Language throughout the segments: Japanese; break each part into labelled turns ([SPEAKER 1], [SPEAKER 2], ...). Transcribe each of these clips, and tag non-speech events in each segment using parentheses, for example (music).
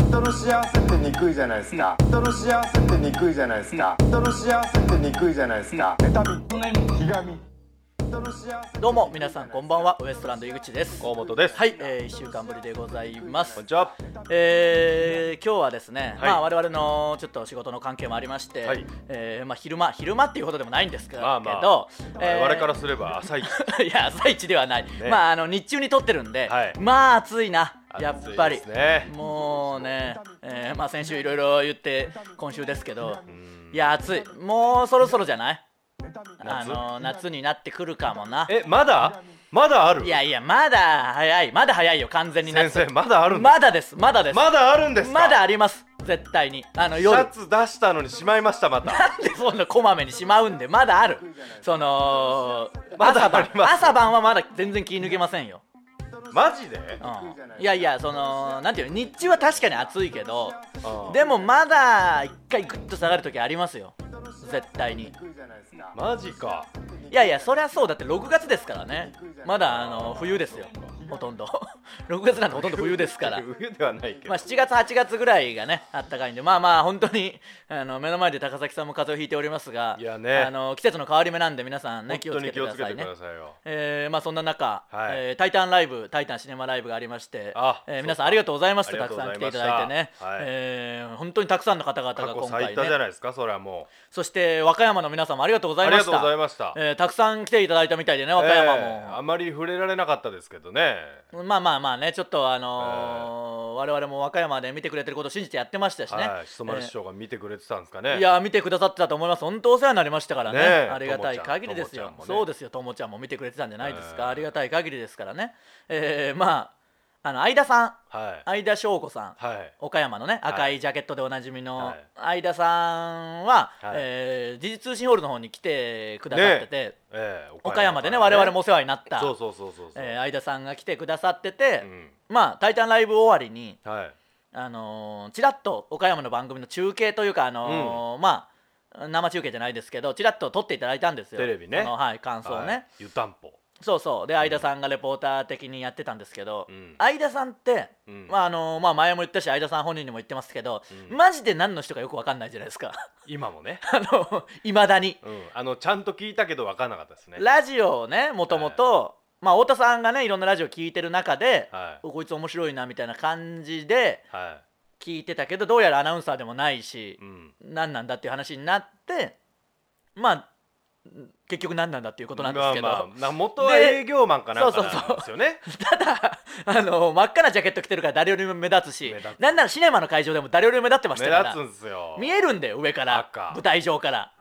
[SPEAKER 1] 人の幸せってにくいじゃないですか人の幸せってにくいじゃないですか人の幸せってにくいじゃないですか妬みひがみ人の幸せ
[SPEAKER 2] どうも皆さんこんばんはウエストランド井口です
[SPEAKER 3] 河本です。
[SPEAKER 2] はい、えー、1週間ぶりでございます
[SPEAKER 3] こんにちは。
[SPEAKER 2] えー、今日はですね、
[SPEAKER 3] はい
[SPEAKER 2] まあ我々のちょっと仕事の関係もありまして、
[SPEAKER 3] はい
[SPEAKER 2] えーまあ昼間昼間っていうことでもないんですけど、
[SPEAKER 3] まあまあ
[SPEAKER 2] えー
[SPEAKER 3] 我々からすれば朝一。
[SPEAKER 2] (laughs) いや朝一ではない、
[SPEAKER 3] ね
[SPEAKER 2] まああの日中に撮ってるんで、
[SPEAKER 3] はい
[SPEAKER 2] まあ暑いなやっぱり、
[SPEAKER 3] 暑いですね
[SPEAKER 2] もうね、えーまあ先週いろいろ言って今週ですけどいや暑いもうそろそろじゃないあの夏になってくるかもな
[SPEAKER 3] え、まだまだある
[SPEAKER 2] いやいやまだ早いまだ早いよ完全に
[SPEAKER 3] 先
[SPEAKER 2] 夏
[SPEAKER 3] 生、まだあるんです
[SPEAKER 2] まだですまだです
[SPEAKER 3] まだあるんですか
[SPEAKER 2] まだあります絶対にあの
[SPEAKER 3] シ
[SPEAKER 2] 夜
[SPEAKER 3] ャツ出したのにしまいました、ま
[SPEAKER 2] (laughs)
[SPEAKER 3] た。
[SPEAKER 2] なんでそんなこまめにしまうんでまだあるその
[SPEAKER 3] ま
[SPEAKER 2] 朝
[SPEAKER 3] だあ
[SPEAKER 2] 晩
[SPEAKER 3] ります
[SPEAKER 2] 朝晩はまだ全然気抜けませんよ、
[SPEAKER 3] マジで
[SPEAKER 2] うん、いやいやそのなんていうの日中は確かに暑いけど
[SPEAKER 3] うん
[SPEAKER 2] でもまだ一回グッと下がる時ありますよ絶対に
[SPEAKER 3] マジか。
[SPEAKER 2] いやいやそりゃそうだって6月ですからねまだあの冬ですよほとんど6月なんてほとんど冬ですから
[SPEAKER 3] 冬ではないけど
[SPEAKER 2] まあ、。7月、8月ぐらいがね、あったかいんで、まあまあ、本当にあの目の前で高崎さんも風邪をひいておりますが、
[SPEAKER 3] いやね
[SPEAKER 2] あの季節の変わり目なんで、皆さんね、
[SPEAKER 3] 本
[SPEAKER 2] 気を
[SPEAKER 3] 当
[SPEAKER 2] つけて
[SPEAKER 3] に気
[SPEAKER 2] く
[SPEAKER 3] を
[SPEAKER 2] だ
[SPEAKER 3] つけ
[SPEAKER 2] さ
[SPEAKER 3] て
[SPEAKER 2] い
[SPEAKER 3] く
[SPEAKER 2] ね。
[SPEAKER 3] ださいよ。
[SPEAKER 2] えーまあ、そんな中、
[SPEAKER 3] はい
[SPEAKER 2] えータイタンライブ、タイタンシネマライブがありまして、
[SPEAKER 3] あ
[SPEAKER 2] えー皆さ
[SPEAKER 3] そうんか
[SPEAKER 2] ありがとうございました、
[SPEAKER 3] あり
[SPEAKER 2] た
[SPEAKER 3] が
[SPEAKER 2] く
[SPEAKER 3] とう
[SPEAKER 2] さ
[SPEAKER 3] ご
[SPEAKER 2] ん
[SPEAKER 3] ざ
[SPEAKER 2] 来
[SPEAKER 3] い
[SPEAKER 2] てい
[SPEAKER 3] ました
[SPEAKER 2] ただいてね、
[SPEAKER 3] はい
[SPEAKER 2] えー本当にたくさんの方々
[SPEAKER 3] 過
[SPEAKER 2] が
[SPEAKER 3] 去
[SPEAKER 2] 今
[SPEAKER 3] 最
[SPEAKER 2] 回
[SPEAKER 3] 多じゃ
[SPEAKER 2] ね、
[SPEAKER 3] ないですか、それはも
[SPEAKER 2] そして和歌山の皆さんもありがとうご
[SPEAKER 3] う。
[SPEAKER 2] ざ
[SPEAKER 3] あ
[SPEAKER 2] い
[SPEAKER 3] り
[SPEAKER 2] ま
[SPEAKER 3] が
[SPEAKER 2] し
[SPEAKER 3] とうござい
[SPEAKER 2] た。
[SPEAKER 3] ました。
[SPEAKER 2] えーたくさん来ていただいたみたいでね、和歌山も。
[SPEAKER 3] えーあまり触れられなかったですけどね。
[SPEAKER 2] まあまあまあねちょっとあのー我々も和歌山で見てくれてることを信じてやってましたしね、
[SPEAKER 3] はい、しそ丸師匠が見てくれてたんですか
[SPEAKER 2] えー
[SPEAKER 3] ね。
[SPEAKER 2] いや見てくださってたと思います本当お世話になりましたからね
[SPEAKER 3] ねえ
[SPEAKER 2] ありがたい限りですよ、
[SPEAKER 3] ともちゃんともちゃんもね
[SPEAKER 2] そうですよともちゃんも見てくれてたんじゃないですか、
[SPEAKER 3] うん
[SPEAKER 2] ありがたい限りですからねえーまああの相田さん
[SPEAKER 3] はい。
[SPEAKER 2] 相田翔子さん
[SPEAKER 3] はい。
[SPEAKER 2] 岡山のね
[SPEAKER 3] い
[SPEAKER 2] 赤いジャケットでおなじみの
[SPEAKER 3] はい
[SPEAKER 2] 相田さんは、
[SPEAKER 3] はい
[SPEAKER 2] えー時事通信ホールの方に来てくださってて、
[SPEAKER 3] えー
[SPEAKER 2] 岡山でね
[SPEAKER 3] から
[SPEAKER 2] 我々もお世話になった、
[SPEAKER 3] そうそうそうそうそう。
[SPEAKER 2] えー相田さんが来てくださってて、
[SPEAKER 3] うん
[SPEAKER 2] まあ「タイタンライブ」終わりに
[SPEAKER 3] はい。
[SPEAKER 2] あのーちらっと岡山の番組の中継というか、あのーまあ生中継じゃないですけどちらっと撮っていただいたんですよ
[SPEAKER 3] テレビね
[SPEAKER 2] そのはい感想をね、
[SPEAKER 3] はい。湯たんぽ。
[SPEAKER 2] そうそうで相田さんがレポーター的にやってたんですけど、
[SPEAKER 3] うん
[SPEAKER 2] 相田さんって、
[SPEAKER 3] うん
[SPEAKER 2] まああのーまあ、前も言ったし相田さん本人にも言ってますけど、
[SPEAKER 3] うん
[SPEAKER 2] マジで何の人かよく分かんないじゃないですか (laughs)
[SPEAKER 3] 今もね。
[SPEAKER 2] あのいまだに、
[SPEAKER 3] うん。あのちゃんと聞いたけど分からなかったですね。
[SPEAKER 2] ラジオをねもともと太田さんがねいろんなラジオ聞いてる中で、
[SPEAKER 3] はい
[SPEAKER 2] おこいつ面白いなみたいな感じで
[SPEAKER 3] は
[SPEAKER 2] 聞いてたけどどうやらアナウンサーでもないし
[SPEAKER 3] い。う、ん。
[SPEAKER 2] 何なんだっていう話になってまあ結局何なんだっていうことなんですけど、
[SPEAKER 3] まあまあな元は営業マンかなんか
[SPEAKER 2] そうそうそう
[SPEAKER 3] なんですよね。
[SPEAKER 2] ただ (laughs) あの真っ赤なジャケット着てるから誰よりも目立つし
[SPEAKER 3] 目立つ
[SPEAKER 2] なんならシネマの会場でも誰よりも目立ってまし
[SPEAKER 3] 目
[SPEAKER 2] たか
[SPEAKER 3] 立つ
[SPEAKER 2] ら
[SPEAKER 3] んですよ。
[SPEAKER 2] 見えるんだよ上から
[SPEAKER 3] 赤
[SPEAKER 2] 舞台上から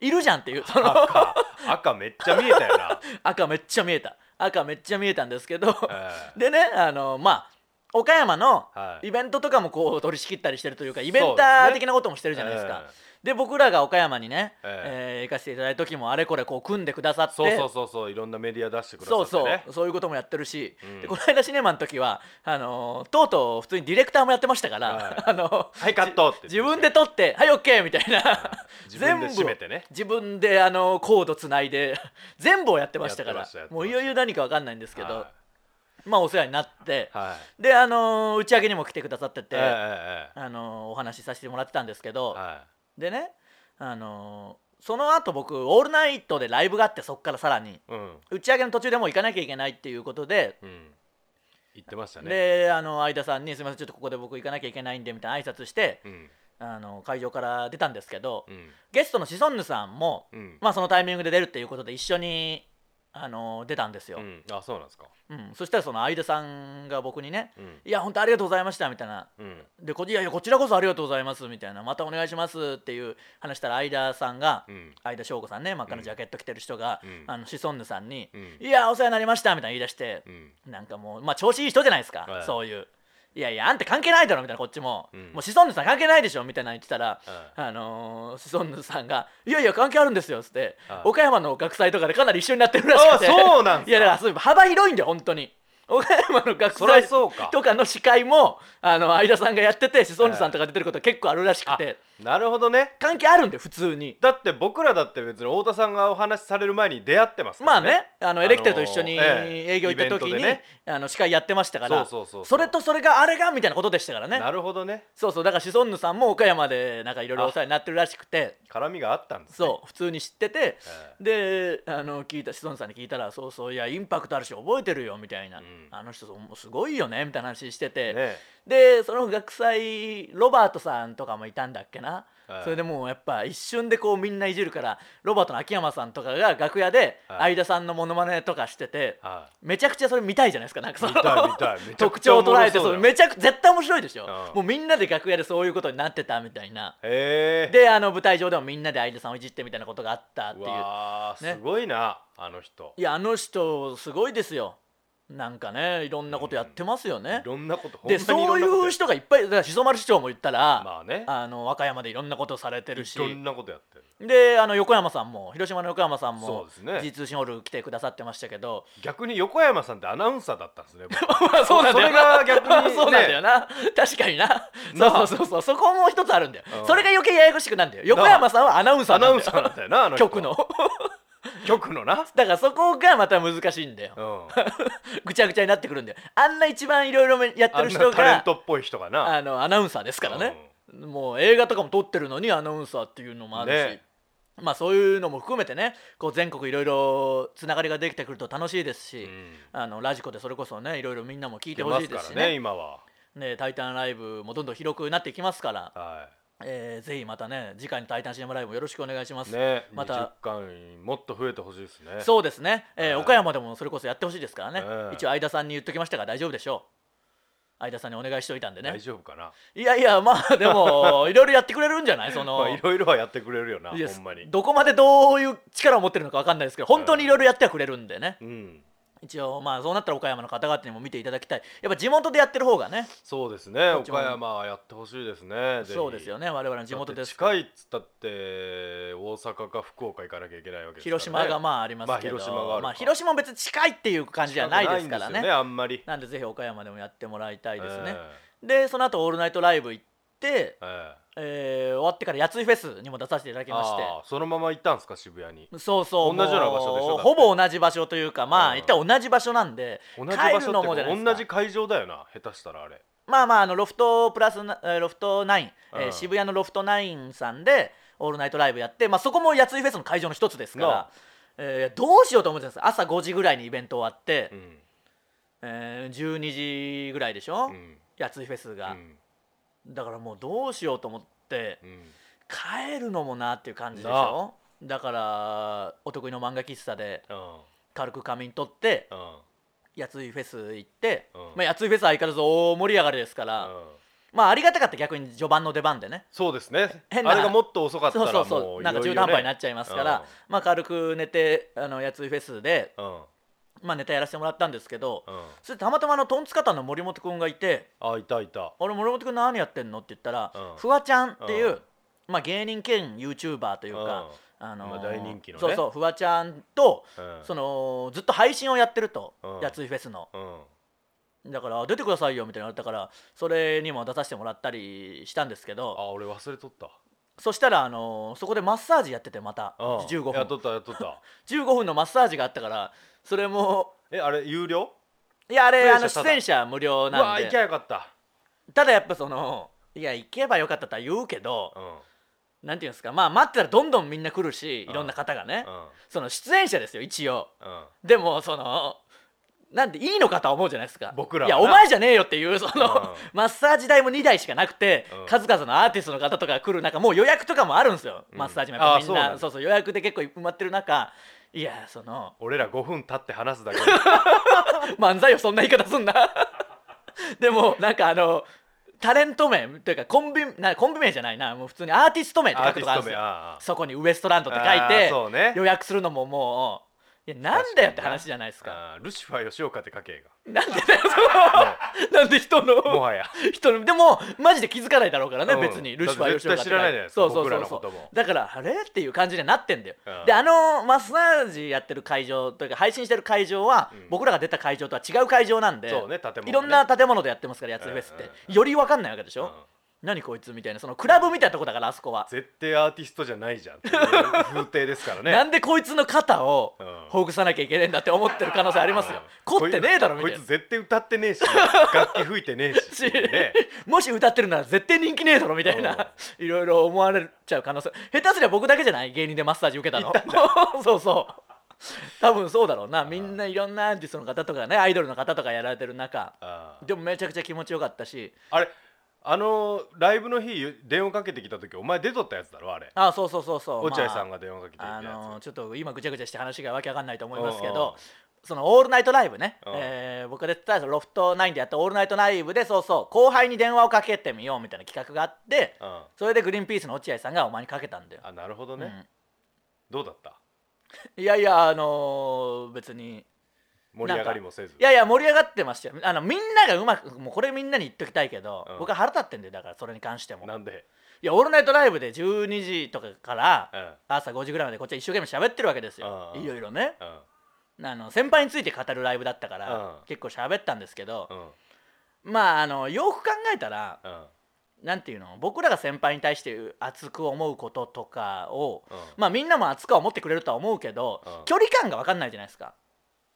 [SPEAKER 2] いるじゃんっていうその
[SPEAKER 3] 赤赤めっちゃ見えたよ
[SPEAKER 2] (laughs)
[SPEAKER 3] な。
[SPEAKER 2] 赤めっちゃ見えた赤めっちゃ見えたんですけど、
[SPEAKER 3] え
[SPEAKER 2] (laughs)
[SPEAKER 3] え
[SPEAKER 2] でねあのまあ岡山の
[SPEAKER 3] はい
[SPEAKER 2] イベントとかもこう取り仕切ったりしてるというかイベンター的なこともしてるじゃないですかで,、
[SPEAKER 3] そうですね
[SPEAKER 2] 僕らが岡山にね、えー
[SPEAKER 3] え
[SPEAKER 2] 行かせていただいた時もあれこれこう組んでくださって
[SPEAKER 3] そうそうそうそういろんなメディア出してくださ
[SPEAKER 2] そう
[SPEAKER 3] ってね。
[SPEAKER 2] そうそういうこともやってるし、
[SPEAKER 3] うん
[SPEAKER 2] でこの間シネマの時はあのーとうとう普通にディレクターもやってましたから、
[SPEAKER 3] はい
[SPEAKER 2] あの
[SPEAKER 3] (laughs)
[SPEAKER 2] ー
[SPEAKER 3] はいカットって
[SPEAKER 2] 自分で撮って「はい OK」みたいな
[SPEAKER 3] 自分で締めてね
[SPEAKER 2] 自分であのーコードつないで全部をやってましたか
[SPEAKER 3] やってま
[SPEAKER 2] ら
[SPEAKER 3] したやって
[SPEAKER 2] も
[SPEAKER 3] ま
[SPEAKER 2] う
[SPEAKER 3] した
[SPEAKER 2] いよいよ何か分かんないんですけど、
[SPEAKER 3] は
[SPEAKER 2] まあお世話になって、
[SPEAKER 3] い。はい。
[SPEAKER 2] であのー打ち上げにも来てくださってて、
[SPEAKER 3] えええええ
[SPEAKER 2] あのーお話しさせてもらってたんですけど、
[SPEAKER 3] えは
[SPEAKER 2] でねあのーその後僕オールナイトでライブがあってそっからさらに
[SPEAKER 3] い。うん
[SPEAKER 2] 打ち上げの途中でもう行かなきゃいけないっていうことで
[SPEAKER 3] うん言ってましたね。
[SPEAKER 2] であの相田さんに「すみませんちょっとここで僕行かなきゃいけないんで」みたいな挨拶して
[SPEAKER 3] うん
[SPEAKER 2] あの会場から出たんですけど、
[SPEAKER 3] うん
[SPEAKER 2] ゲストのシソンヌさんも、
[SPEAKER 3] うん。
[SPEAKER 2] まあ、そのタイミングで出るっていうことで一緒にあの出たんですよ、
[SPEAKER 3] う
[SPEAKER 2] うん
[SPEAKER 3] んあそうなんですか。
[SPEAKER 2] そしたらその相田さんが僕にね
[SPEAKER 3] うん
[SPEAKER 2] 「いや本当ありがとうございました」みたいな
[SPEAKER 3] うん
[SPEAKER 2] 「でこいやいやこちらこそありがとうございます」みたいな「またお願いします」っていう話したら相田さんが、
[SPEAKER 3] うん
[SPEAKER 2] 相田翔子さんね真っ赤なジャケット着てる人が、
[SPEAKER 3] うん
[SPEAKER 2] あのシソンヌさんに「
[SPEAKER 3] うん
[SPEAKER 2] いやお世話になりました」みたいな言い出して
[SPEAKER 3] う、ん
[SPEAKER 2] なんかもうまあ調子いい人じゃないですか、
[SPEAKER 3] はい
[SPEAKER 2] そういういやいやあんた関係ないだろみたいなこっちも、
[SPEAKER 3] うん
[SPEAKER 2] もうシソンヌさん関係ないでしょみたいな言ってたら、
[SPEAKER 3] はい
[SPEAKER 2] あのーシソンヌさんが「いやいや関係あるんですよ」っつって、
[SPEAKER 3] はい
[SPEAKER 2] 岡山の学祭とかでかなり一緒になってるらしくて
[SPEAKER 3] あそうなんすか
[SPEAKER 2] (laughs) いやだからそういう幅広いんだよ本当に岡山の学
[SPEAKER 3] そりゃ
[SPEAKER 2] 祭
[SPEAKER 3] そうか
[SPEAKER 2] とかの司会もあの相田さんがやっててシソンヌさんとか出てること結構あるらしくて、
[SPEAKER 3] なるほどね
[SPEAKER 2] 関係あるんで普通に
[SPEAKER 3] だって僕らだって別に太田さんがお話しされる前に出会ってます
[SPEAKER 2] ま
[SPEAKER 3] か
[SPEAKER 2] あ
[SPEAKER 3] ら
[SPEAKER 2] ねあのエレキテルと一緒に
[SPEAKER 3] ええ
[SPEAKER 2] 営業行った時
[SPEAKER 3] イ
[SPEAKER 2] に、
[SPEAKER 3] ベントでね
[SPEAKER 2] あの司会やってましたから
[SPEAKER 3] そうそうそうそう
[SPEAKER 2] れとそれがあれがみたいなことでしたからね
[SPEAKER 3] なるほどね
[SPEAKER 2] そうそうだからシソンヌさんも岡山でなんかいろいろお世話になってるらしくて
[SPEAKER 3] 絡みがあったんですね
[SPEAKER 2] そう普通に知ってて、
[SPEAKER 3] え
[SPEAKER 2] であの聞いたシソンヌさんに聞いたら「そうそういやインパクトあるし覚えてるよ」みたいな、
[SPEAKER 3] ん
[SPEAKER 2] あの人そうすごいよね」みたいな話してて、
[SPEAKER 3] ね
[SPEAKER 2] でその学祭ロバートさんとかもいたんだっけな、
[SPEAKER 3] はい
[SPEAKER 2] それでもうやっぱ一瞬でこうみんないじるからロバートの秋山さんとかが楽屋で
[SPEAKER 3] はい
[SPEAKER 2] 相田さんのモノマネとかしてて、
[SPEAKER 3] は
[SPEAKER 2] めちゃくちゃそれ見たいじゃないですかなんかその
[SPEAKER 3] 見たい見たい
[SPEAKER 2] (laughs)
[SPEAKER 3] めちゃくちゃ
[SPEAKER 2] 特徴を捉えて
[SPEAKER 3] おも
[SPEAKER 2] そ
[SPEAKER 3] ろそうだよ
[SPEAKER 2] うめちゃく絶対面白いでしょ、
[SPEAKER 3] うん
[SPEAKER 2] もうみんなで楽屋でそういうことになってたみたいな。
[SPEAKER 3] いへえ
[SPEAKER 2] であの舞台上でもみんなで相田さんをいじってみたいなことがあったっていう
[SPEAKER 3] うわー
[SPEAKER 2] ね
[SPEAKER 3] すごいなあの人
[SPEAKER 2] いやあの人すごいですよなんかねいろんなことやってますよね
[SPEAKER 3] い、ろんなこ
[SPEAKER 2] で
[SPEAKER 3] とほんま
[SPEAKER 2] そう
[SPEAKER 3] に
[SPEAKER 2] い
[SPEAKER 3] ろんなこと
[SPEAKER 2] う人がいっぱいだからしそ丸市長も言ったら、
[SPEAKER 3] まあね
[SPEAKER 2] あの和歌山でいろんなことされてるし
[SPEAKER 3] いろんなことやってる
[SPEAKER 2] であの横山さんも広島の横山さん
[SPEAKER 3] そう
[SPEAKER 2] も
[SPEAKER 3] ですね
[SPEAKER 2] G 通信ホール来てくださってましたけど
[SPEAKER 3] 逆に横山さんってアナウンサーだったんですね僕
[SPEAKER 2] まあ (laughs) そうなんだよな
[SPEAKER 3] それが逆にね
[SPEAKER 2] (laughs) そうなんだよな確かになそうそうそうそうそこも一つあるんだよ
[SPEAKER 3] うん
[SPEAKER 2] それが余計ややこしくなんだよ横山さんはアナウンサ
[SPEAKER 3] ア
[SPEAKER 2] ー
[SPEAKER 3] ナ
[SPEAKER 2] な
[SPEAKER 3] ウ
[SPEAKER 2] ん
[SPEAKER 3] ン
[SPEAKER 2] だ
[SPEAKER 3] サ
[SPEAKER 2] よ
[SPEAKER 3] ーだったよなあの人
[SPEAKER 2] 局の (laughs)
[SPEAKER 3] 局のな
[SPEAKER 2] だからそこがまた難しいんだよ
[SPEAKER 3] うん
[SPEAKER 2] ぐちゃぐちゃになってくるんであんな一番いろいろやって
[SPEAKER 3] あ
[SPEAKER 2] る
[SPEAKER 3] ん
[SPEAKER 2] 人
[SPEAKER 3] なタレン
[SPEAKER 2] が
[SPEAKER 3] トっぽい人が
[SPEAKER 2] あ
[SPEAKER 3] な
[SPEAKER 2] のアナウンサーですからね、もう映画とかも撮ってるのにアナウンサーっていうのもあるし、
[SPEAKER 3] ね
[SPEAKER 2] まあそういうのも含めてねこう全国いろいろつながりができてくると楽しいですし、
[SPEAKER 3] うん
[SPEAKER 2] あのラジコでそれこそねいろいろみんなも聞い
[SPEAKER 3] 出
[SPEAKER 2] てほ
[SPEAKER 3] ま
[SPEAKER 2] しい
[SPEAKER 3] す
[SPEAKER 2] で
[SPEAKER 3] か
[SPEAKER 2] す
[SPEAKER 3] ら
[SPEAKER 2] し
[SPEAKER 3] ね
[SPEAKER 2] ね
[SPEAKER 3] 今は
[SPEAKER 2] ねタイタンライブ」もどんどん広くなっていきますから、
[SPEAKER 3] は
[SPEAKER 2] えーぜひまたね次回の「タイタンシネマライブ」もよろしくお願いしま
[SPEAKER 3] い
[SPEAKER 2] す。
[SPEAKER 3] ね
[SPEAKER 2] また
[SPEAKER 3] 20巻もっと増えてほしいですね
[SPEAKER 2] そうですね、えー
[SPEAKER 3] はい
[SPEAKER 2] 岡山でもそれこそやってほしいですからね、
[SPEAKER 3] うん
[SPEAKER 2] 一応相田さんに言っときましたが大丈夫でしょう相田さんにお願いしておいたんでね
[SPEAKER 3] 大丈夫かない
[SPEAKER 2] やいやまあでも (laughs) いろいろやってくれるんじゃないそ
[SPEAKER 3] ま
[SPEAKER 2] の
[SPEAKER 3] あ (laughs) いろいろはやってくれるよない
[SPEAKER 2] や
[SPEAKER 3] ほんまに
[SPEAKER 2] どこまでどういう力を持ってるのか分かんないですけど本当にいろいろやってはくれるんでね、
[SPEAKER 3] うん
[SPEAKER 2] 一応まあそうなったら岡山の方々にも見ていただきたいやっぱ地元でやってる方がね
[SPEAKER 3] そうですね
[SPEAKER 2] こっちも
[SPEAKER 3] 岡山はやってほしいですねぜひ
[SPEAKER 2] そうですよね我々の地元
[SPEAKER 3] だ
[SPEAKER 2] で
[SPEAKER 3] って
[SPEAKER 2] す
[SPEAKER 3] 近いっつったって大阪か福岡行かなきゃいけないわけですからね
[SPEAKER 2] 広島がまあありますけど、
[SPEAKER 3] まあ広島があるか
[SPEAKER 2] まあ広島も別に近いっていう感じじゃないですから
[SPEAKER 3] 近くな
[SPEAKER 2] ね
[SPEAKER 3] いんですよねあんまり
[SPEAKER 2] なんでぜひ岡山でもやってもらいたいですね、
[SPEAKER 3] え
[SPEAKER 2] でその後オールナイトライブ行って
[SPEAKER 3] え、ええ
[SPEAKER 2] えー終わってからやついフェスにも出させていただきまして
[SPEAKER 3] あーそのまま行ったんですか渋谷に
[SPEAKER 2] そうそう
[SPEAKER 3] 同じような場所でしょ
[SPEAKER 2] もう
[SPEAKER 3] だって
[SPEAKER 2] ほぼ同じ場所というかま
[SPEAKER 3] う
[SPEAKER 2] あ
[SPEAKER 3] ん
[SPEAKER 2] 一体同じ場所なんで
[SPEAKER 3] 同じ場
[SPEAKER 2] 帰
[SPEAKER 3] 所
[SPEAKER 2] る
[SPEAKER 3] っ
[SPEAKER 2] の
[SPEAKER 3] て
[SPEAKER 2] もじゃないです
[SPEAKER 3] 同
[SPEAKER 2] か
[SPEAKER 3] じ会場だよな下手したらあれ
[SPEAKER 2] まあまああのロフトプラスなえーロフトナイン、えー
[SPEAKER 3] うん
[SPEAKER 2] 渋谷のロフトナインさんでオールナイトライブやって、まあ、そこもやついフェスの会場の一つですか
[SPEAKER 3] なあ
[SPEAKER 2] ら、えーどうしようと思ってたんです朝5時ぐらいにイベント終わって、
[SPEAKER 3] うん
[SPEAKER 2] えー12時ぐらいでしょ、
[SPEAKER 3] うん
[SPEAKER 2] やついフェス
[SPEAKER 3] う
[SPEAKER 2] が、
[SPEAKER 3] ん
[SPEAKER 2] だからもうどうしようと思って
[SPEAKER 3] うん
[SPEAKER 2] 帰るのもなっていう感じでし
[SPEAKER 3] な
[SPEAKER 2] ょだからお得意の漫画喫茶で
[SPEAKER 3] うん
[SPEAKER 2] 軽く仮眠取って
[SPEAKER 3] うん
[SPEAKER 2] やついフェス行って、
[SPEAKER 3] うん
[SPEAKER 2] まあ、やついフェスは相変わらず大盛り上がりですから、
[SPEAKER 3] うん
[SPEAKER 2] まあありがたかった逆に序盤の出番でね
[SPEAKER 3] そうですねあれ
[SPEAKER 2] 変な
[SPEAKER 3] がもっと遅かった
[SPEAKER 2] そう
[SPEAKER 3] ら
[SPEAKER 2] そう
[SPEAKER 3] も
[SPEAKER 2] そうう
[SPEAKER 3] い
[SPEAKER 2] なんか
[SPEAKER 3] ろい
[SPEAKER 2] 中途
[SPEAKER 3] ろ
[SPEAKER 2] 半
[SPEAKER 3] ね
[SPEAKER 2] 端になっちゃいますから、
[SPEAKER 3] うん
[SPEAKER 2] まあ軽く寝てあのやついフェスで、
[SPEAKER 3] うん
[SPEAKER 2] まあ、ネタやらせてもらったんですけど、
[SPEAKER 3] うん
[SPEAKER 2] それでたまたまあのトンツカタンの森本君がいて
[SPEAKER 3] あいたいた
[SPEAKER 2] 「俺森本君何やってんの?」って言ったら、
[SPEAKER 3] うん
[SPEAKER 2] フワちゃんっていう、
[SPEAKER 3] うん
[SPEAKER 2] まあ、芸人兼 YouTuber というか、あのー
[SPEAKER 3] まあ大人気のね
[SPEAKER 2] そうそうフワちゃんと、
[SPEAKER 3] うん
[SPEAKER 2] そのずっと配信をやってると、
[SPEAKER 3] うん
[SPEAKER 2] やついフェスの
[SPEAKER 3] うん
[SPEAKER 2] だから出てくださいよみたいなの言われたからそれにも出させてもらったりしたんですけど
[SPEAKER 3] あ俺忘れとった
[SPEAKER 2] そしたら、あのーそこでマッサージやっててまた
[SPEAKER 3] うん
[SPEAKER 2] 15
[SPEAKER 3] やっと
[SPEAKER 2] 分
[SPEAKER 3] ったやっとった
[SPEAKER 2] 15分のマッサージがあったからそれも
[SPEAKER 3] えあれ有料
[SPEAKER 2] いやあれ
[SPEAKER 3] 出演者
[SPEAKER 2] あの
[SPEAKER 3] た
[SPEAKER 2] 出
[SPEAKER 3] だ
[SPEAKER 2] 演者無料
[SPEAKER 3] う
[SPEAKER 2] な
[SPEAKER 3] わ
[SPEAKER 2] ん
[SPEAKER 3] 行きゃ
[SPEAKER 2] で
[SPEAKER 3] よかった
[SPEAKER 2] ただやっぱそのいや行けばよかったとは言うけど
[SPEAKER 3] うんうん
[SPEAKER 2] なんていうんですかまあ待ってたらどんどんみんな来るしいろんな方がねその出演者ですよ一応
[SPEAKER 3] うん
[SPEAKER 2] でもそのなんでいいのかとは思うじゃないですか
[SPEAKER 3] 僕ら
[SPEAKER 2] い
[SPEAKER 3] はな
[SPEAKER 2] やお前じゃねえよっていうその、
[SPEAKER 3] うん
[SPEAKER 2] マッサージ代も2台しかなくて、
[SPEAKER 3] うん
[SPEAKER 2] 数々のアーティストの方とか来る中もう予約とかもあるんですよ、
[SPEAKER 3] うん
[SPEAKER 2] マッサージもやっぱみん
[SPEAKER 3] あーそうなん
[SPEAKER 2] な
[SPEAKER 3] だ
[SPEAKER 2] そうそう予約で結構埋まってる中いやその
[SPEAKER 3] 俺ら5分経って話
[SPEAKER 2] (laughs)
[SPEAKER 3] すだけ
[SPEAKER 2] 漫才をそんな言い方すん
[SPEAKER 3] (laughs)
[SPEAKER 2] なでもなんかあのタレント名というかコンビなコンビ名じゃないなもう普通にアーティスト名って
[SPEAKER 3] ア
[SPEAKER 2] 書
[SPEAKER 3] ー
[SPEAKER 2] く
[SPEAKER 3] ティ
[SPEAKER 2] とかある
[SPEAKER 3] ス
[SPEAKER 2] ん
[SPEAKER 3] ト
[SPEAKER 2] です
[SPEAKER 3] 名
[SPEAKER 2] よ
[SPEAKER 3] ああ
[SPEAKER 2] そこにウエストランドって書い
[SPEAKER 3] あー
[SPEAKER 2] て
[SPEAKER 3] そうね
[SPEAKER 2] 予約するのももういやなんだよって話じゃないですか
[SPEAKER 3] あールシファー吉岡って書け
[SPEAKER 2] なんでだよそのなんで人
[SPEAKER 3] がも
[SPEAKER 2] の
[SPEAKER 3] はや
[SPEAKER 2] 人のでもマジで気づかないだろうからね、
[SPEAKER 3] うん
[SPEAKER 2] 別にルシファー
[SPEAKER 3] だって絶対
[SPEAKER 2] 吉岡って
[SPEAKER 3] 知らないじゃないですか
[SPEAKER 2] そうそう
[SPEAKER 3] 僕
[SPEAKER 2] そ
[SPEAKER 3] ら
[SPEAKER 2] う
[SPEAKER 3] の
[SPEAKER 2] そ
[SPEAKER 3] こと
[SPEAKER 2] う
[SPEAKER 3] も
[SPEAKER 2] だからあれっていう感じになってんだよ、
[SPEAKER 3] うん
[SPEAKER 2] であのマッサージやってる会場というか配信してる会場は、
[SPEAKER 3] ん
[SPEAKER 2] 僕らが出た会場とは違う会場なんで
[SPEAKER 3] そうね建物ね
[SPEAKER 2] いろんな建物でやってますからやつフェスって、
[SPEAKER 3] うんうん
[SPEAKER 2] より分かんないわけでし
[SPEAKER 3] う
[SPEAKER 2] ょ、
[SPEAKER 3] ん
[SPEAKER 2] 何こいつみたいなそのクラブみたいなとこだからあそこは、
[SPEAKER 3] 絶対アーティストじゃないじゃんっていう風景ですからね
[SPEAKER 2] なんでこいつの肩を
[SPEAKER 3] うん
[SPEAKER 2] ほぐさなきゃいけねえんだって思ってる可能性ありますよ凝ってねえだろみ
[SPEAKER 3] こ
[SPEAKER 2] たい
[SPEAKER 3] い
[SPEAKER 2] な
[SPEAKER 3] つ絶対歌ってねえし楽器吹いてねえし
[SPEAKER 2] (laughs) し
[SPEAKER 3] ね
[SPEAKER 2] もし歌ってるなら絶対人気ねえだろみたいないろいろ思われちゃう可能性下手すりゃ僕だけじゃない芸人でマッサージ受けたのそうそう多分そうだろうなみんないろんなアーティストの方とかねアイドルの方とかやられてる中
[SPEAKER 3] あー
[SPEAKER 2] でもめちゃくちゃ気持ちよかったし
[SPEAKER 3] あれあのライブの日電話かけてきた時お前出とったやつだろあれ
[SPEAKER 2] あそうそうそうそう
[SPEAKER 3] 落合さん
[SPEAKER 2] ま
[SPEAKER 3] が電話かけてきた
[SPEAKER 2] ああ
[SPEAKER 3] やつ、
[SPEAKER 2] のちょっと今ぐちゃぐちゃして話がわけわかんないと思いますけ
[SPEAKER 3] うんうんうん
[SPEAKER 2] どそのオールナイトライブね、
[SPEAKER 3] うん
[SPEAKER 2] えー僕が出てたロフト9でやったオールナイトライブでそうそう後輩に電話をかけてみようみたいな企画があって
[SPEAKER 3] うん
[SPEAKER 2] それでグリーンピースの落合さんがお前にかけたんだよ、
[SPEAKER 3] あなるほどね、どうだった
[SPEAKER 2] うんいやいやあのー別に
[SPEAKER 3] 盛り上がりもせず
[SPEAKER 2] いやいや盛り上がってましたよあのみんながうまくもうこれみんなに言っときたいけど、
[SPEAKER 3] うん
[SPEAKER 2] 僕は腹立ってんだよだからそれに関しても
[SPEAKER 3] なんで、
[SPEAKER 2] いや「オールナイトライブ」で12時とかから
[SPEAKER 3] うんうん
[SPEAKER 2] 朝5時ぐらいまでこっちは一生懸命喋ってるわけですよ
[SPEAKER 3] うんうん
[SPEAKER 2] いろいろねあの先輩について語るライブだったから、
[SPEAKER 3] うん
[SPEAKER 2] 結構喋ったんですけど
[SPEAKER 3] う、ん
[SPEAKER 2] まああのよく考えたら
[SPEAKER 3] うん
[SPEAKER 2] なんていうの僕らが先輩に対して熱く思うこととかを、
[SPEAKER 3] うん
[SPEAKER 2] まあみんなも熱くは思ってくれるとは思うけど、
[SPEAKER 3] うん
[SPEAKER 2] 距離感が分かんないじゃないですか。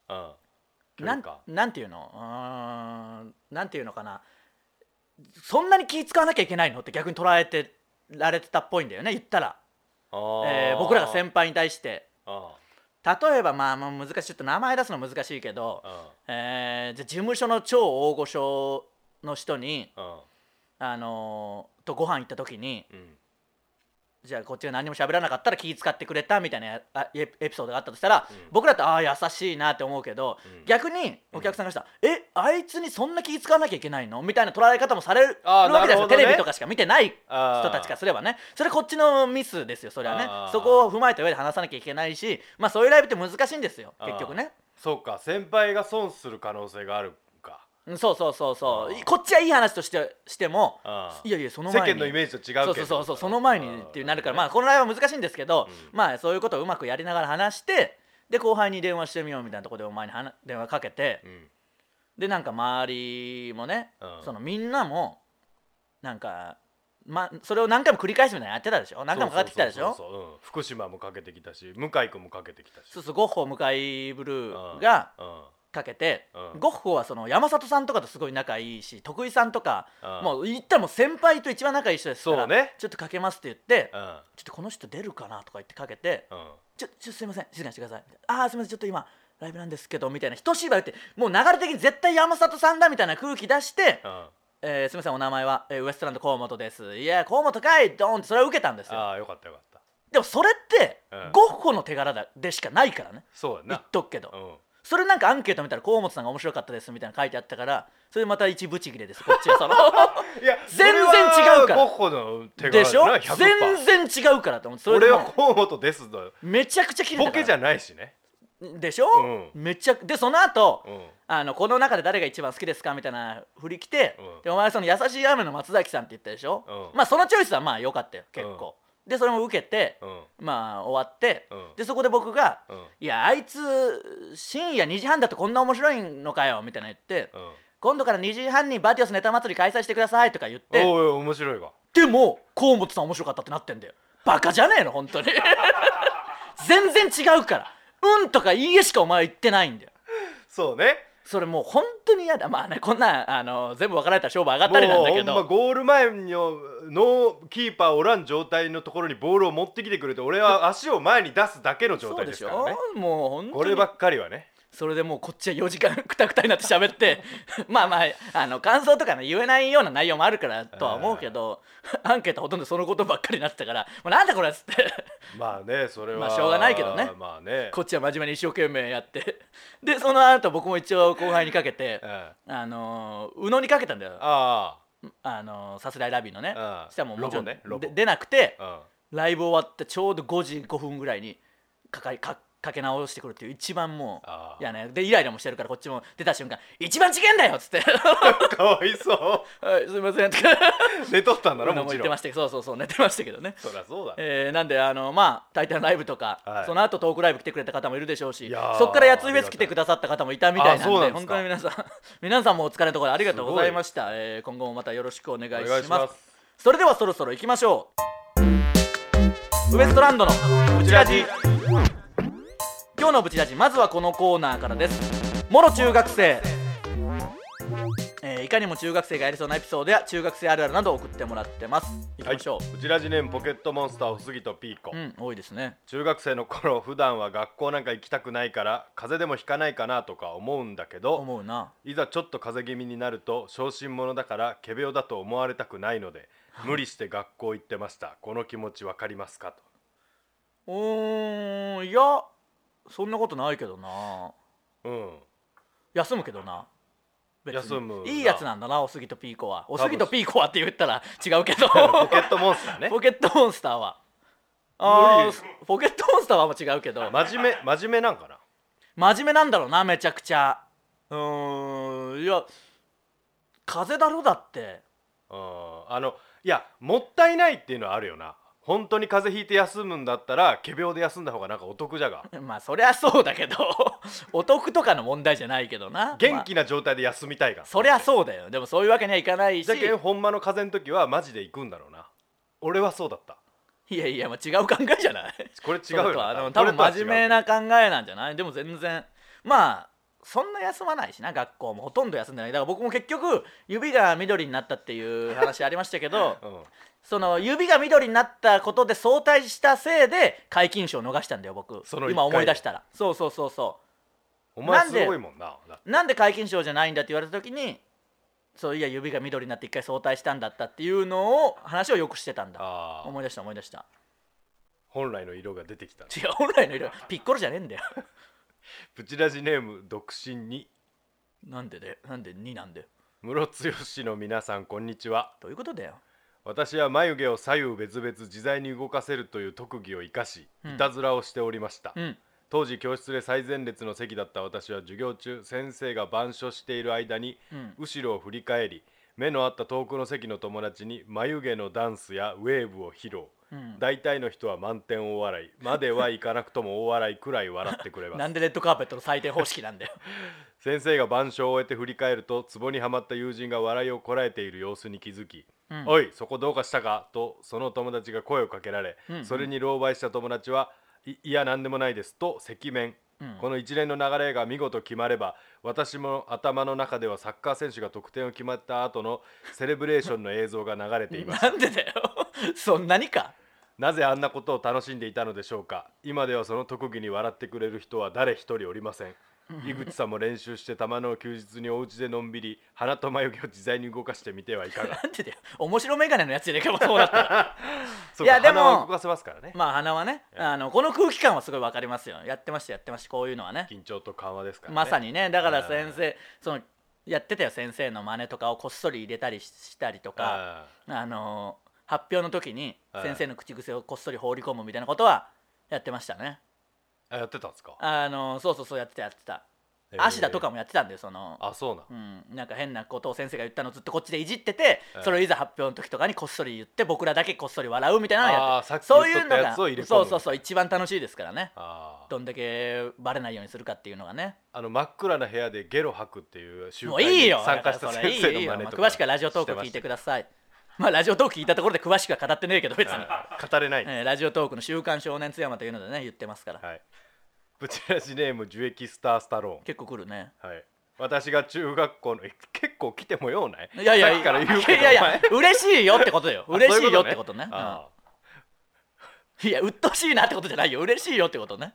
[SPEAKER 3] うん
[SPEAKER 2] な
[SPEAKER 3] なんんか
[SPEAKER 2] なんていうのうーんなんていうのかなそんなに気使わなきゃいけないのって逆に捉えてられてたっぽいんだよね言ったら、
[SPEAKER 3] あー
[SPEAKER 2] えー僕らが先輩に対して
[SPEAKER 3] あ
[SPEAKER 2] 例えばまあまあ難しいちょっと名前出すの難しいけど
[SPEAKER 3] ー、うん
[SPEAKER 2] えーじゃあ事務所の超大御所の人に、
[SPEAKER 3] うん
[SPEAKER 2] あのーとご飯行った時に
[SPEAKER 3] うん
[SPEAKER 2] じゃあこっちが何にも喋らなかったら気使ってくれたみたいなやあエエピソードがあったとしたら、
[SPEAKER 3] うん
[SPEAKER 2] 僕らってああ優しいなって思うけど、
[SPEAKER 3] うん
[SPEAKER 2] 逆にお客さんがしたら、えあいつにそんな気使わなきゃいけないのみたいな捉え方もされる
[SPEAKER 3] あー
[SPEAKER 2] わけじゃないですか、
[SPEAKER 3] なるほどね
[SPEAKER 2] テレビとかしか見てない人
[SPEAKER 3] あー
[SPEAKER 2] たちからすればねそれこっちのミスですよそれはね
[SPEAKER 3] あー
[SPEAKER 2] そこを踏まえた上で話さなきゃいけないしまあそういうライブって難しいんですよ
[SPEAKER 3] あー
[SPEAKER 2] 結局ね
[SPEAKER 3] そうか先輩が損する可能性があるか
[SPEAKER 2] うんそうそうそうそ
[SPEAKER 3] あ
[SPEAKER 2] う
[SPEAKER 3] ー
[SPEAKER 2] こっちはいい話としてしても
[SPEAKER 3] あー
[SPEAKER 2] いやいやその
[SPEAKER 3] 世
[SPEAKER 2] 前に
[SPEAKER 3] 間のイメージと違
[SPEAKER 2] そ
[SPEAKER 3] うけど
[SPEAKER 2] うそうそうそうその前にってなるからまあこのライブは難しいんですけど、
[SPEAKER 3] うん
[SPEAKER 2] まあそういうことをうまくやりながら話してで後輩に電話してみようみたいなところでお前に話電話かけて、
[SPEAKER 3] うん
[SPEAKER 2] でなんか周りもね、
[SPEAKER 3] うん
[SPEAKER 2] そのみんなもなんか、ま、それを何回も繰り返すみたいなのやってたでしょ何回もかかってきたでしょ
[SPEAKER 3] そうそうそうそううん福島もかけてきたし向井君もかけてきたし
[SPEAKER 2] そうそうゴッホ向井ブル
[SPEAKER 3] うん
[SPEAKER 2] ーが
[SPEAKER 3] うん
[SPEAKER 2] かけて、
[SPEAKER 3] うん
[SPEAKER 2] ゴッホはその山里さんとかとすごい仲いいし徳井さんとか、
[SPEAKER 3] うん
[SPEAKER 2] もう言ったらもう先輩と一番仲いい人ですから
[SPEAKER 3] そうね
[SPEAKER 2] ちょっとかけますって言って、
[SPEAKER 3] う
[SPEAKER 2] ちょ
[SPEAKER 3] ん
[SPEAKER 2] っとこの人出るかなとか言ってかけて、
[SPEAKER 3] うん
[SPEAKER 2] ちょちょすいません静かにしてくださいみたいなああすいませんちょっと今ライブなんですけどみたいな一芝居打ってもう流れ的に絶対山里さんだみたいな空気出して、
[SPEAKER 3] うんあ
[SPEAKER 2] えーすみませんお名前は、えーウエストランド河本ですいや河本かいドーンってそれを受けたんですよ
[SPEAKER 3] あーよかったよかった
[SPEAKER 2] でもそれって、
[SPEAKER 3] うん
[SPEAKER 2] ゴッホの手柄だでしかないからね
[SPEAKER 3] そうや
[SPEAKER 2] 言っ
[SPEAKER 3] な
[SPEAKER 2] とくけど、
[SPEAKER 3] うん
[SPEAKER 2] それなんかアンケート見たら河本さんが面白かったですみたいなの書いてあったからそれまた一ブチ切れですこ
[SPEAKER 3] (laughs)
[SPEAKER 2] っちはその
[SPEAKER 3] いや
[SPEAKER 2] 全然違うから
[SPEAKER 3] それはゴッホの手柄
[SPEAKER 2] でしょ
[SPEAKER 3] だな100%
[SPEAKER 2] 全然違うからと思ってそれで
[SPEAKER 3] 俺
[SPEAKER 2] もう
[SPEAKER 3] は河本ですの
[SPEAKER 2] めちゃくちゃ切れた
[SPEAKER 3] ボ
[SPEAKER 2] から
[SPEAKER 3] ケじゃないしね
[SPEAKER 2] でしょ、
[SPEAKER 3] う
[SPEAKER 2] めちゃくでその後、
[SPEAKER 3] うん
[SPEAKER 2] あのこの中で誰が一番好きですかみたいな振り来て、
[SPEAKER 3] うん
[SPEAKER 2] でお前その優しい雨の松崎さんって言ったでしょ、
[SPEAKER 3] うん
[SPEAKER 2] まあそのチョイスはまあ良かったよ結構、でそれも受けて、
[SPEAKER 3] うん
[SPEAKER 2] まあ終わって、
[SPEAKER 3] うん
[SPEAKER 2] でそこで僕が「
[SPEAKER 3] うん
[SPEAKER 2] いやあいつ深夜2時半だとこんな面白いのかよ」みたいな言って、
[SPEAKER 3] うん
[SPEAKER 2] 今度から2時半にバティオスネタ祭り開催してください」とか言って
[SPEAKER 3] おいおい面白いわ
[SPEAKER 2] でも河本さん面白かったってなってんだよバカじゃねえの本当
[SPEAKER 3] (laughs)
[SPEAKER 2] に全然違うから「うん」とか「いいえ」しかお前は言ってないんだよ
[SPEAKER 3] そうね
[SPEAKER 2] それもう本当に嫌だまあねこんなんあの全部分かられたら勝負上がっ
[SPEAKER 3] も
[SPEAKER 2] た
[SPEAKER 3] う
[SPEAKER 2] りなんだけ
[SPEAKER 3] ほんま
[SPEAKER 2] ど
[SPEAKER 3] ゴール前のノーキーパーおらん状態のところにボールを持ってきてくれて俺は足を前に出すだけの状
[SPEAKER 2] そう
[SPEAKER 3] 態
[SPEAKER 2] で
[SPEAKER 3] で
[SPEAKER 2] し
[SPEAKER 3] すから
[SPEAKER 2] ょ
[SPEAKER 3] ね
[SPEAKER 2] もう本当
[SPEAKER 3] こ
[SPEAKER 2] に
[SPEAKER 3] ればっかりはね
[SPEAKER 2] それでもうこっちは4時間くたくたになって喋って
[SPEAKER 3] (laughs)
[SPEAKER 2] まあまああの感想とかね言えないような内容もあるからとは思うけどアンケートほとんどそのことばっかりになってたから「もうなんだこれ」っつって
[SPEAKER 3] まあねそれは
[SPEAKER 2] まあしょうがないけどね
[SPEAKER 3] まあね
[SPEAKER 2] こっちは真面目に一生懸命やってでその後僕も一応後輩にかけて
[SPEAKER 3] うんあ
[SPEAKER 2] あのー、うのにかけたんだよ
[SPEAKER 3] あ
[SPEAKER 2] あのーさすらいラビーのね
[SPEAKER 3] うん
[SPEAKER 2] したらもうもちろん、
[SPEAKER 3] ロボねロボ
[SPEAKER 2] で出なくて
[SPEAKER 3] うん
[SPEAKER 2] ライブ終わってちょうど5時5分ぐらいにかかりかかけ直してくるっていう一番も
[SPEAKER 3] あ
[SPEAKER 2] う
[SPEAKER 3] ー
[SPEAKER 2] いやねでイライラもしてるからこっちも出た瞬間「一番違えんだよ!」っ
[SPEAKER 3] (laughs)
[SPEAKER 2] つって
[SPEAKER 3] かわいそ
[SPEAKER 2] 「はいすい (laughs) ません」とか
[SPEAKER 3] う寝とったんだろ
[SPEAKER 2] も
[SPEAKER 3] も
[SPEAKER 2] 言
[SPEAKER 3] ち
[SPEAKER 2] って
[SPEAKER 3] ろ
[SPEAKER 2] ま
[SPEAKER 3] ん
[SPEAKER 2] したけどそうそうそう寝てましたけどね。
[SPEAKER 3] そりゃそうだ
[SPEAKER 2] えーなんであのまあ大体のライブとか、
[SPEAKER 3] はい
[SPEAKER 2] その後トークライブ来てくれた方もいるでしょうし
[SPEAKER 3] いやー
[SPEAKER 2] そこからやついフェス来てくださった方もいたみたいなんで
[SPEAKER 3] あそうなんです
[SPEAKER 2] 本
[SPEAKER 3] か
[SPEAKER 2] 当に皆さん皆さんもお疲れのところありがとうございました、えー今後もまたよろしくお願いします
[SPEAKER 3] お願いします
[SPEAKER 2] それではそろそろ行きましょうウエストランドのブチラジ今日のブチラジまずはこのコーナーからですもろ中学生えーいかにも中学生がやりそうなエピソードや中学生あるあるなどを送ってもらってますいきましょ
[SPEAKER 3] うちらじネームポケットモンスターおすぎとピーコ、
[SPEAKER 2] う、うん多いですね
[SPEAKER 3] 中学生の頃普段は学校なんか行きたくないから風邪でもひかないかなとか思うんだけど
[SPEAKER 2] 思うない
[SPEAKER 3] ざちょっと風邪気味になると小心者だから仮病だと思われたくないので無理して学校行ってましたこの気持ちわかりますかと
[SPEAKER 2] うーんいやそんなことないけどな
[SPEAKER 3] うん
[SPEAKER 2] 休むけどな別に
[SPEAKER 3] 休むない
[SPEAKER 2] いやつなんだなおすぎとピーコはおすぎとピーコはって言ったら違うけど
[SPEAKER 3] ポケットモンスターね
[SPEAKER 2] ポケットモンスターはあ
[SPEAKER 3] 無理
[SPEAKER 2] ーポケットモンスターはもう違うけど
[SPEAKER 3] 真面目真面目なんかな
[SPEAKER 2] 真面目なんだろうなめちゃくちゃうーんいや風邪だろだって
[SPEAKER 3] うんあのいやもったいないっていうのはあるよな本当に風邪ひいて休むんだったら仮病で休んだ方がなんかお得じゃが
[SPEAKER 2] まあそりゃそうだけど (laughs) お得とかの問題じゃないけどな
[SPEAKER 3] 元気
[SPEAKER 2] ま
[SPEAKER 3] な状態で休みたいが
[SPEAKER 2] あそりゃそうだよでもそういうわけにはいかないし
[SPEAKER 3] じゃけんほんまの風邪の時はマジで行くんだろうな俺はそうだった
[SPEAKER 2] いやいや、まあ、違う考えじゃない
[SPEAKER 3] これ違う
[SPEAKER 2] そ
[SPEAKER 3] よ
[SPEAKER 2] れとはあの
[SPEAKER 3] な
[SPEAKER 2] 多
[SPEAKER 3] これ
[SPEAKER 2] 分
[SPEAKER 3] とは違う
[SPEAKER 2] 真面目な考えなんじゃないでも全然まあそんな休まないしな学校もほとんど休んでないだから僕も結局指が緑になったっていう話ありましたけ
[SPEAKER 3] (laughs)
[SPEAKER 2] ど
[SPEAKER 3] うん
[SPEAKER 2] その指が緑になったことで早退したせいで皆勤賞を逃したんだよ僕
[SPEAKER 3] その一回
[SPEAKER 2] 今思い出したらそうそうそうそ
[SPEAKER 3] お
[SPEAKER 2] な
[SPEAKER 3] 前
[SPEAKER 2] んです
[SPEAKER 3] ごいもんなだって
[SPEAKER 2] うなんで皆勤賞じゃないんだって言われた時にそういや指が緑になって一回早退したんだったっていうのを話をよくしてたんだ
[SPEAKER 3] あー
[SPEAKER 2] 思い出した思い出した
[SPEAKER 3] 本来の色が出てきたね
[SPEAKER 2] 違う本来の色ピッコロじゃねえんだよ
[SPEAKER 3] プチラジネーム独身に
[SPEAKER 2] なんででなんで2なんで
[SPEAKER 3] ムロツヨシの皆さんこんにちは
[SPEAKER 2] どういうことだよ
[SPEAKER 3] 私は眉毛を左右別々自在に動かせるという特技を生かし
[SPEAKER 2] うん
[SPEAKER 3] いたずらをしておりました、
[SPEAKER 2] うん
[SPEAKER 3] 当時教室で最前列の席だった私は授業中先生が板書している間に
[SPEAKER 2] うん
[SPEAKER 3] 後ろを振り返り目の合った遠くの席の友達に眉毛のダンスやウェーブを披露、
[SPEAKER 2] うん
[SPEAKER 3] 大体の人は満点大笑いまではいかなくとも大笑いくらい笑ってくれま
[SPEAKER 2] な
[SPEAKER 3] す
[SPEAKER 2] んでレッドカーペットの採点方式なんだよ
[SPEAKER 3] 先生が板書を終えて振り返ると壺にはまった友人が笑いをこらえている様子に気づき「
[SPEAKER 2] うん
[SPEAKER 3] おいそこどうかしたか?」とその友達が声をかけられ、
[SPEAKER 2] うんうん
[SPEAKER 3] それに狼狽した友達はい「いや何でもないです」と赤面、
[SPEAKER 2] うん
[SPEAKER 3] この一連の流れが見事決まれば私も頭の中ではサッカー選手が得点を決まった後のセレブレーションの映像が流れています
[SPEAKER 2] なんでだよ (laughs) そんなにか
[SPEAKER 3] なぜあんなことを楽しんでいたのでしょうか今ではその特技に笑ってくれる人は誰一人おりません井口さんも練習してたまの休日にお家でのんびり鼻と眉毛を自在に動かしてみてはいか
[SPEAKER 2] (laughs)
[SPEAKER 3] が
[SPEAKER 2] なんでだよ面白メガネのやつじゃねえかもそうだったら
[SPEAKER 3] そう
[SPEAKER 2] いや
[SPEAKER 3] か
[SPEAKER 2] でも
[SPEAKER 3] 鼻を動かせますから
[SPEAKER 2] (laughs)
[SPEAKER 3] ね
[SPEAKER 2] まあ鼻はねあのこの空気感はすごい分かりますよやってましたやってましたこういうのはね
[SPEAKER 3] 緊張と緩和ですからね
[SPEAKER 2] まさにねだから先生そのやってたよ先生の真似とかをこっそり入れたりししたりとか
[SPEAKER 3] あー
[SPEAKER 2] あのー発表の時に
[SPEAKER 3] はい
[SPEAKER 2] 先生の口癖をこっそり放り込むみたいなことはやってましたね
[SPEAKER 3] あやってたんですか
[SPEAKER 2] あのーそうそうそうやってたやってた
[SPEAKER 3] へー
[SPEAKER 2] 芦田とかもやってたんだよその
[SPEAKER 3] あそうなん
[SPEAKER 2] うん、なんか変なことを先生が言ったのをずっとこっちでいじってて、
[SPEAKER 3] うん
[SPEAKER 2] それをいざ発表の時とかにこっそり言って僕らだけこっそり笑うみたいなのをや
[SPEAKER 3] あ
[SPEAKER 2] っ
[SPEAKER 3] ー
[SPEAKER 2] て
[SPEAKER 3] さっき
[SPEAKER 2] そうい
[SPEAKER 3] 言
[SPEAKER 2] う
[SPEAKER 3] っ
[SPEAKER 2] の
[SPEAKER 3] とった
[SPEAKER 2] が
[SPEAKER 3] やつを入れ込む
[SPEAKER 2] そうそうそう一番楽しいですからね
[SPEAKER 3] あー
[SPEAKER 2] どんだけバレないようにするかっていうのがね
[SPEAKER 3] あの真っ暗な部屋でゲロ吐くっていう習
[SPEAKER 2] も
[SPEAKER 3] 慣
[SPEAKER 2] ういい
[SPEAKER 3] に
[SPEAKER 2] よ
[SPEAKER 3] 参加した
[SPEAKER 2] だから
[SPEAKER 3] 先
[SPEAKER 2] それい
[SPEAKER 3] 生
[SPEAKER 2] いよ
[SPEAKER 3] の
[SPEAKER 2] いい
[SPEAKER 3] 真
[SPEAKER 2] よ
[SPEAKER 3] 似と
[SPEAKER 2] まあ
[SPEAKER 3] か
[SPEAKER 2] 詳しくはラジオトークを
[SPEAKER 3] してま
[SPEAKER 2] 聞い
[SPEAKER 3] して
[SPEAKER 2] くださいまあラジオトーク聞いたところで詳しくは語ってねえけど別に、
[SPEAKER 3] た語れないんです
[SPEAKER 2] えーラジオトークの「週刊少年津山」というのでね言ってますから、
[SPEAKER 3] はい。ブチラジネーム樹液スタースタロ
[SPEAKER 2] 結構来るね
[SPEAKER 3] ーン。はい。私が中学校のえ結構来てもようない。
[SPEAKER 2] いやいや
[SPEAKER 3] さっきから言うけど。
[SPEAKER 2] いやい
[SPEAKER 3] お
[SPEAKER 2] や
[SPEAKER 3] 前
[SPEAKER 2] 嬉しいよってことよ
[SPEAKER 3] あ
[SPEAKER 2] 嬉しいよっ
[SPEAKER 3] そう
[SPEAKER 2] て
[SPEAKER 3] う
[SPEAKER 2] ことね
[SPEAKER 3] ああ
[SPEAKER 2] うん、いや鬱陶しいなってことじゃないよ嬉しいよってことね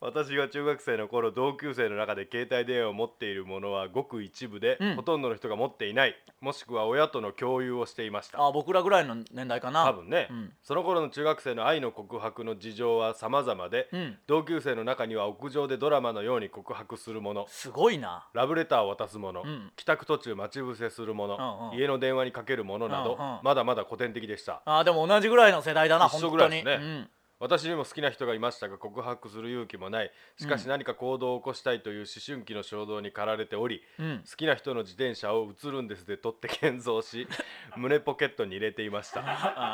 [SPEAKER 3] 私が中学生の頃同級生の中で携帯電話を持っているものはごく一部で、
[SPEAKER 2] うん
[SPEAKER 3] ほとんどの人が持っていないもしくは親との共有をしていました
[SPEAKER 2] あ僕らぐらいの年代かな
[SPEAKER 3] 多分ね、
[SPEAKER 2] うん
[SPEAKER 3] その頃の中学生の愛の告白の事情は様々で、
[SPEAKER 2] うん
[SPEAKER 3] 同級生の中には屋上でドラマのように告白するもの
[SPEAKER 2] すごいな
[SPEAKER 3] ラブレターを渡すもの、
[SPEAKER 2] うん
[SPEAKER 3] 帰宅途中待ち伏せするもの、
[SPEAKER 2] うんうん
[SPEAKER 3] 家の電話にかけるものな
[SPEAKER 2] う
[SPEAKER 3] ど、
[SPEAKER 2] んうん
[SPEAKER 3] まだまだ古典的でした
[SPEAKER 2] あでも同じぐらいの世代だな
[SPEAKER 3] 一
[SPEAKER 2] 本
[SPEAKER 3] 緒ぐら
[SPEAKER 2] 当に、
[SPEAKER 3] いですね
[SPEAKER 2] うん
[SPEAKER 3] 私にも好きな人がいましたが告白する勇気もないしかし何か行動を起こしたいという思春期の衝動に駆られており、
[SPEAKER 2] うん
[SPEAKER 3] 好きな人の自転車を映るんですで取って建
[SPEAKER 2] (laughs)
[SPEAKER 3] 造し胸ポケットに入れていました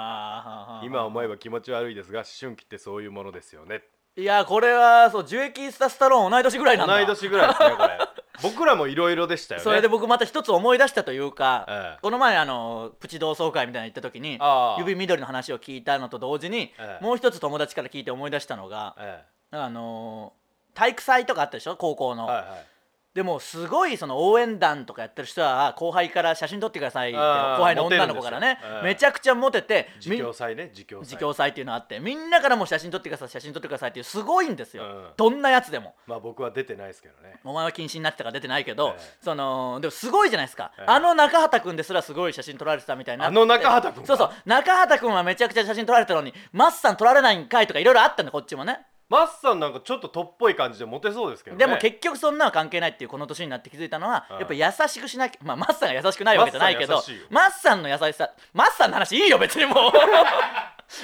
[SPEAKER 2] あー
[SPEAKER 3] 今思えば気持ち悪いですが思春期ってそういうものですよね
[SPEAKER 2] いやこれはそう樹液スタスタローン同い年ぐらいなんだ (laughs)
[SPEAKER 3] 同い年ぐらいですねこれ僕らもいろいろでしたよね
[SPEAKER 2] それで僕また一つ思い出したというか、
[SPEAKER 3] ええ
[SPEAKER 2] この前あのプチ同窓会みたいなの行った時に
[SPEAKER 3] ああ
[SPEAKER 2] 指緑の話を聞いたのと同時に、
[SPEAKER 3] ええ
[SPEAKER 2] もう一つ友達から聞いて思い出したのが、
[SPEAKER 3] え
[SPEAKER 2] あのー体育祭とかあったでしょ高校
[SPEAKER 3] え
[SPEAKER 2] の、
[SPEAKER 3] はいはい
[SPEAKER 2] でもすごいその応援団とかやってる人は後輩から写真撮ってくださいって後
[SPEAKER 3] ああ
[SPEAKER 2] 輩の女の子からね
[SPEAKER 3] モテるんですよええ
[SPEAKER 2] めちゃくちゃモテて
[SPEAKER 3] 自供祭ね自供祭
[SPEAKER 2] 自供祭っていうのあってみんなからも写真撮ってください写真撮ってくださいっていうすごいんですよ、
[SPEAKER 3] うん
[SPEAKER 2] どんなやつでも
[SPEAKER 3] まあ僕は出てないですけどね
[SPEAKER 2] お前は禁止になってたから出てないけど、
[SPEAKER 3] ええ
[SPEAKER 2] そのでもすごいじゃないですか、
[SPEAKER 3] ええ
[SPEAKER 2] あの中畑君ですらすごい写真撮られてたみたいになって
[SPEAKER 3] あの中畑君
[SPEAKER 2] そうそう中畑君はめちゃくちゃ写真撮られてたのにマッさん撮られないんかいとかいろいろあったんだこっちもね
[SPEAKER 3] マッさんなんかちょっととっぽい感じでモテそうですけどね
[SPEAKER 2] でも結局そんなの関係ないっていうこの年になって気づいたのは、
[SPEAKER 3] うん
[SPEAKER 2] やっぱ優しくしなきゃまあマッサンが優しくないわけじゃないけど
[SPEAKER 3] マッサン優しい
[SPEAKER 2] マッサ
[SPEAKER 3] よ
[SPEAKER 2] ンの優しさマッサンの話いいよ別に
[SPEAKER 3] (laughs)
[SPEAKER 2] もう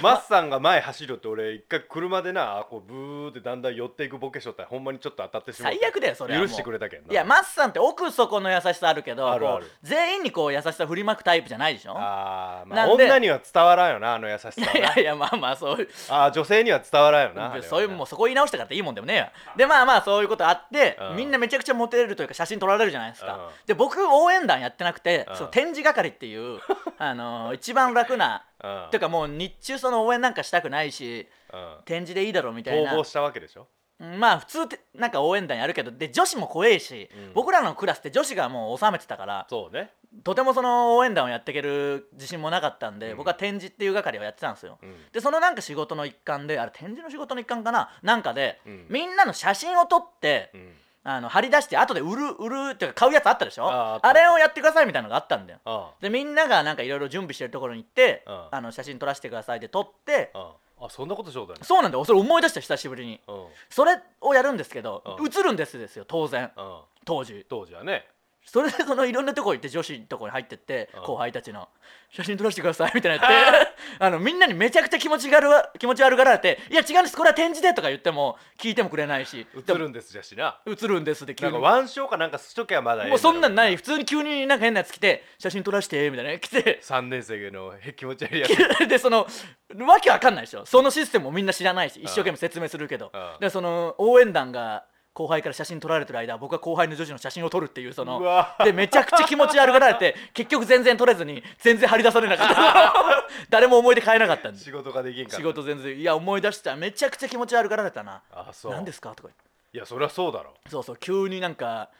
[SPEAKER 3] マッさんが前走るって俺一回車でなこうブーってだんだん寄っていくボケしとったらほんまにちょっと当たってしまって
[SPEAKER 2] 最悪だよそれはもう
[SPEAKER 3] 許してくれたけんない
[SPEAKER 2] やマッサンって奥底の優しさあるけど
[SPEAKER 3] あるある
[SPEAKER 2] こう全員にこう優しさ振りまくタイプじゃないでしょ
[SPEAKER 3] あー、まあ、
[SPEAKER 2] なんで
[SPEAKER 3] 女には伝わらんよなあの優しさはい
[SPEAKER 2] やいやまあまあそういう
[SPEAKER 3] あー女性には伝わらんよなあれはな
[SPEAKER 2] そういうもうそこ言い直したからっていいもんでもねえやでまあまあそういうことあって、
[SPEAKER 3] うん
[SPEAKER 2] みんなめちゃくちゃモテるというか写真撮られるじゃないですか、
[SPEAKER 3] うん
[SPEAKER 2] で僕応援団やってなくて、
[SPEAKER 3] うん
[SPEAKER 2] その展示係っていうあのー一番楽な、
[SPEAKER 3] うん
[SPEAKER 2] というかもう日中その応援なんかしたくないし
[SPEAKER 3] うん
[SPEAKER 2] 展示でいいだろうみたい
[SPEAKER 3] 逃
[SPEAKER 2] な
[SPEAKER 3] 亡したわけでしょ
[SPEAKER 2] うんまあ普通ってなんか応援団やるけどで女子も怖えし、
[SPEAKER 3] うん
[SPEAKER 2] 僕らのクラスって女子がもう収めてたから
[SPEAKER 3] そうね、
[SPEAKER 2] とてもその応援団をやっていける自信もなかったんで、
[SPEAKER 3] うん
[SPEAKER 2] 僕は展示っていう係をやってたんですよ、
[SPEAKER 3] うん
[SPEAKER 2] でそのなんか仕事の一環であれ展示の仕事の一環かななんかで、
[SPEAKER 3] うん
[SPEAKER 2] みんなの写真を撮って、
[SPEAKER 3] うん
[SPEAKER 2] あの貼り出して後で売る売るっていうか買うやつあったでしょ
[SPEAKER 3] あああ
[SPEAKER 2] あ
[SPEAKER 3] った
[SPEAKER 2] れをやってくださいみたいなのがあったんだよ
[SPEAKER 3] あ
[SPEAKER 2] でみんながなんかいろいろ準備してるところに行って、
[SPEAKER 3] うん
[SPEAKER 2] あの写真撮らせてくださいで撮って、
[SPEAKER 3] あああそんなことしようだね
[SPEAKER 2] そうなんだよそれ思い出した久しぶりに
[SPEAKER 3] うん
[SPEAKER 2] それをやるんですけど、
[SPEAKER 3] うん
[SPEAKER 2] 映るんですですよ当然
[SPEAKER 3] うん
[SPEAKER 2] 当時
[SPEAKER 3] 当時はね
[SPEAKER 2] それでそのいろんなとこ行って女子のとこに入ってって、
[SPEAKER 3] うん
[SPEAKER 2] 後輩たちの「写真撮らせてください」みたいなやって (laughs) あのみんなにめちゃくちゃ気持ちがるわ気持ち悪がられて「いや違うんですこれは展示で」とか言っても聞いてもくれないし
[SPEAKER 3] 映るんですじゃしな
[SPEAKER 2] でも映るんです」って急
[SPEAKER 3] なん
[SPEAKER 2] に
[SPEAKER 3] か腕章かなんかしとけばまだええ
[SPEAKER 2] もうそんなんないい普通に急になんか変なやつ来て「写真撮らせて」みたいなの来て
[SPEAKER 3] 3年生のへ気持ち悪
[SPEAKER 2] (laughs)
[SPEAKER 3] いやつ
[SPEAKER 2] でそのわけわかんないでしょそのシステムもみんな知らないし一生懸命説明するけど、
[SPEAKER 3] うん
[SPEAKER 2] でその応援団が後輩から写真撮られてる間僕は後輩の女子の写真を撮るっていうその
[SPEAKER 3] うわ
[SPEAKER 2] でめちゃくちゃ気持ち悪がられ
[SPEAKER 3] (laughs)
[SPEAKER 2] て結局全然撮れずに全然張り出されなかった誰も思い出変えなかったんで
[SPEAKER 3] 仕事ができんから
[SPEAKER 2] 仕事全然いや思い出しためちゃくちゃ気持ち悪がられたな
[SPEAKER 3] あそう
[SPEAKER 2] 何ですかとか言って
[SPEAKER 3] いやそりゃそうだろ
[SPEAKER 2] そうそう急になんか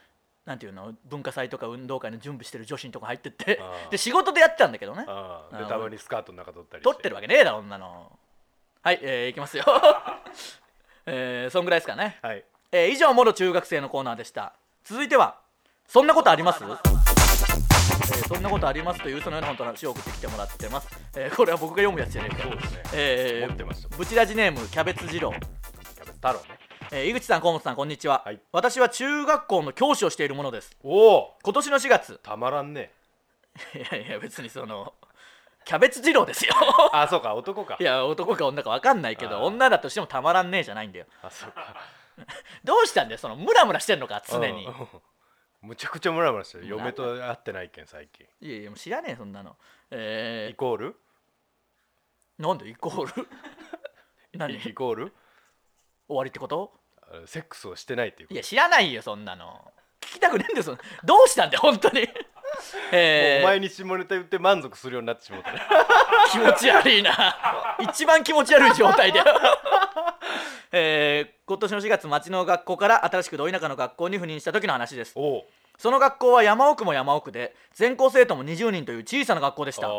[SPEAKER 2] なんていうの文化祭とか運動会の準備してる女子のとこ入ってって
[SPEAKER 3] あー
[SPEAKER 2] で仕事でやってたんだけどね
[SPEAKER 3] うん
[SPEAKER 2] あ
[SPEAKER 3] でたまにスカートの中取ったり
[SPEAKER 2] 撮ってるわけねえだろ女のはいえー、いきますよ (laughs) えー、そんぐらいですかね、
[SPEAKER 3] けはい
[SPEAKER 2] えー、以上もろ中学生のコーナーでした続いてはそんなことありますえーそんなことありますというそのような本当の話を送ってきてもらってます、えーこれは僕が読むやつじゃねえか
[SPEAKER 3] そうですね
[SPEAKER 2] えー
[SPEAKER 3] 持ってました
[SPEAKER 2] ブチラジネームキャベツ二郎
[SPEAKER 3] やっぱ太郎ね
[SPEAKER 2] えー井口さん河本さんこんにちは、
[SPEAKER 3] はい
[SPEAKER 2] 私は中学校の教師をしているものです
[SPEAKER 3] おお
[SPEAKER 2] 今年の4月 (laughs)
[SPEAKER 3] たまらんね
[SPEAKER 2] いやいや別にそのキャベツ二郎ですよ
[SPEAKER 3] あそうか男か
[SPEAKER 2] いや男か女か分かんないけ
[SPEAKER 3] あ
[SPEAKER 2] ど
[SPEAKER 3] ー
[SPEAKER 2] 女だとしてもたまらんねえじゃないんだよ
[SPEAKER 3] あそうか
[SPEAKER 2] どうしたんだよそのムラムラしてんのか常に
[SPEAKER 3] うんうんむちゃくちゃムラムラしてる
[SPEAKER 2] ムラム
[SPEAKER 3] 嫁
[SPEAKER 2] ラ
[SPEAKER 3] と会ってないけん最近
[SPEAKER 2] いやいやもう知らねえそんなの
[SPEAKER 3] イ
[SPEAKER 2] え
[SPEAKER 3] コール
[SPEAKER 2] ー、なんでイコール (laughs) 何
[SPEAKER 3] イ
[SPEAKER 2] 終
[SPEAKER 3] イコール
[SPEAKER 2] わりってこと
[SPEAKER 3] あセックスをしてないっていうこ
[SPEAKER 2] い
[SPEAKER 3] と
[SPEAKER 2] や知らないよそんなの聞きたくねえんだよそんなどうしたんだよ本当に (laughs)
[SPEAKER 3] もう
[SPEAKER 2] え
[SPEAKER 3] お
[SPEAKER 2] ー、
[SPEAKER 3] 前に下ネタ言って満足するようになってしまったね
[SPEAKER 2] 気持ち悪いな一番気持ち悪い状態だよ (laughs) えー、今年の4月町の学校から新しくど田舎の学校に赴任した時の話です
[SPEAKER 3] おお
[SPEAKER 2] その学校は山奥も山奥で全校生徒も20人という小さな学校でした
[SPEAKER 3] あ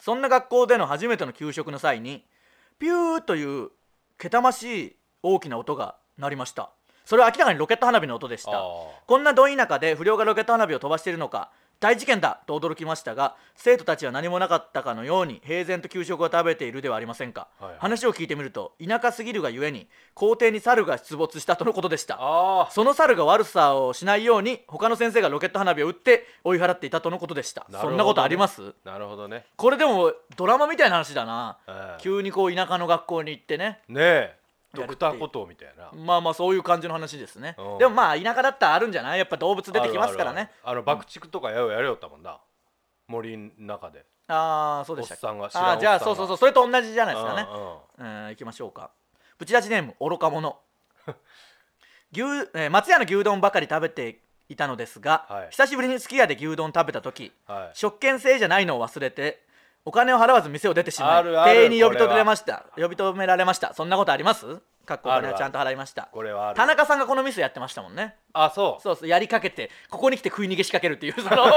[SPEAKER 2] そんな学校での初めての給食の際にピューというけたましい大きな音が鳴りましたそれは明らかにロケット花火の音でし
[SPEAKER 3] あ
[SPEAKER 2] た
[SPEAKER 3] ー
[SPEAKER 2] こんなど田舎で不良がロケット花火を飛ばしているのか大事件だと驚きましたが生徒たちは何もなかったかのように平然と給食を食べているではありませんか、
[SPEAKER 3] はいはい
[SPEAKER 2] 話を聞いてみると田舎すぎるがゆえに校庭に猿が出没したとのことでした
[SPEAKER 3] あー
[SPEAKER 2] その猿が悪さをしないように他の先生がロケット花火を打って追い払っていたとのことでした、
[SPEAKER 3] なるほどね
[SPEAKER 2] そんなことあります
[SPEAKER 3] なるほどね
[SPEAKER 2] これでもドラマみたいな話だな、
[SPEAKER 3] ええ
[SPEAKER 2] 急にこう田舎の学校に行ってね
[SPEAKER 3] ねえ
[SPEAKER 2] やるっていう
[SPEAKER 3] ドクターコトーみたいな
[SPEAKER 2] まあまあそういう感じの話ですね
[SPEAKER 3] うん
[SPEAKER 2] でもまあ田舎だったらあるんじゃないやっぱ動物出てきますからね
[SPEAKER 3] あるあるあるあの爆竹とかやよやれよったもんな森の中で
[SPEAKER 2] ああそうでしたっけ
[SPEAKER 3] おっさんが知らん
[SPEAKER 2] あーじゃ
[SPEAKER 3] お
[SPEAKER 2] あ
[SPEAKER 3] っさ
[SPEAKER 2] そう
[SPEAKER 3] んが
[SPEAKER 2] そうそうそれと同じじゃないですかね
[SPEAKER 3] うんうん
[SPEAKER 2] うん行きましょうか (laughs) ブチラジネーム愚か者牛、えー松屋の牛丼ばかり食べていたのですが、
[SPEAKER 3] はい
[SPEAKER 2] 久しぶりにすき家で牛丼食べた時
[SPEAKER 3] はい
[SPEAKER 2] 食券制じゃないのを忘れてお金を払わず店を出てしま
[SPEAKER 3] あ
[SPEAKER 2] い
[SPEAKER 3] るある
[SPEAKER 2] 店員に呼び止
[SPEAKER 3] こ
[SPEAKER 2] め
[SPEAKER 3] れは
[SPEAKER 2] ました呼び止められましたそんなことありますかっこお
[SPEAKER 3] ある
[SPEAKER 2] 金は
[SPEAKER 3] ある
[SPEAKER 2] ちゃんと払いました
[SPEAKER 3] これはある
[SPEAKER 2] 田中さんがこのミスやってましたもんね
[SPEAKER 3] あそう
[SPEAKER 2] そうそうやりかけてここに来て食い逃げ仕掛けるっていうそ
[SPEAKER 3] (laughs)
[SPEAKER 2] の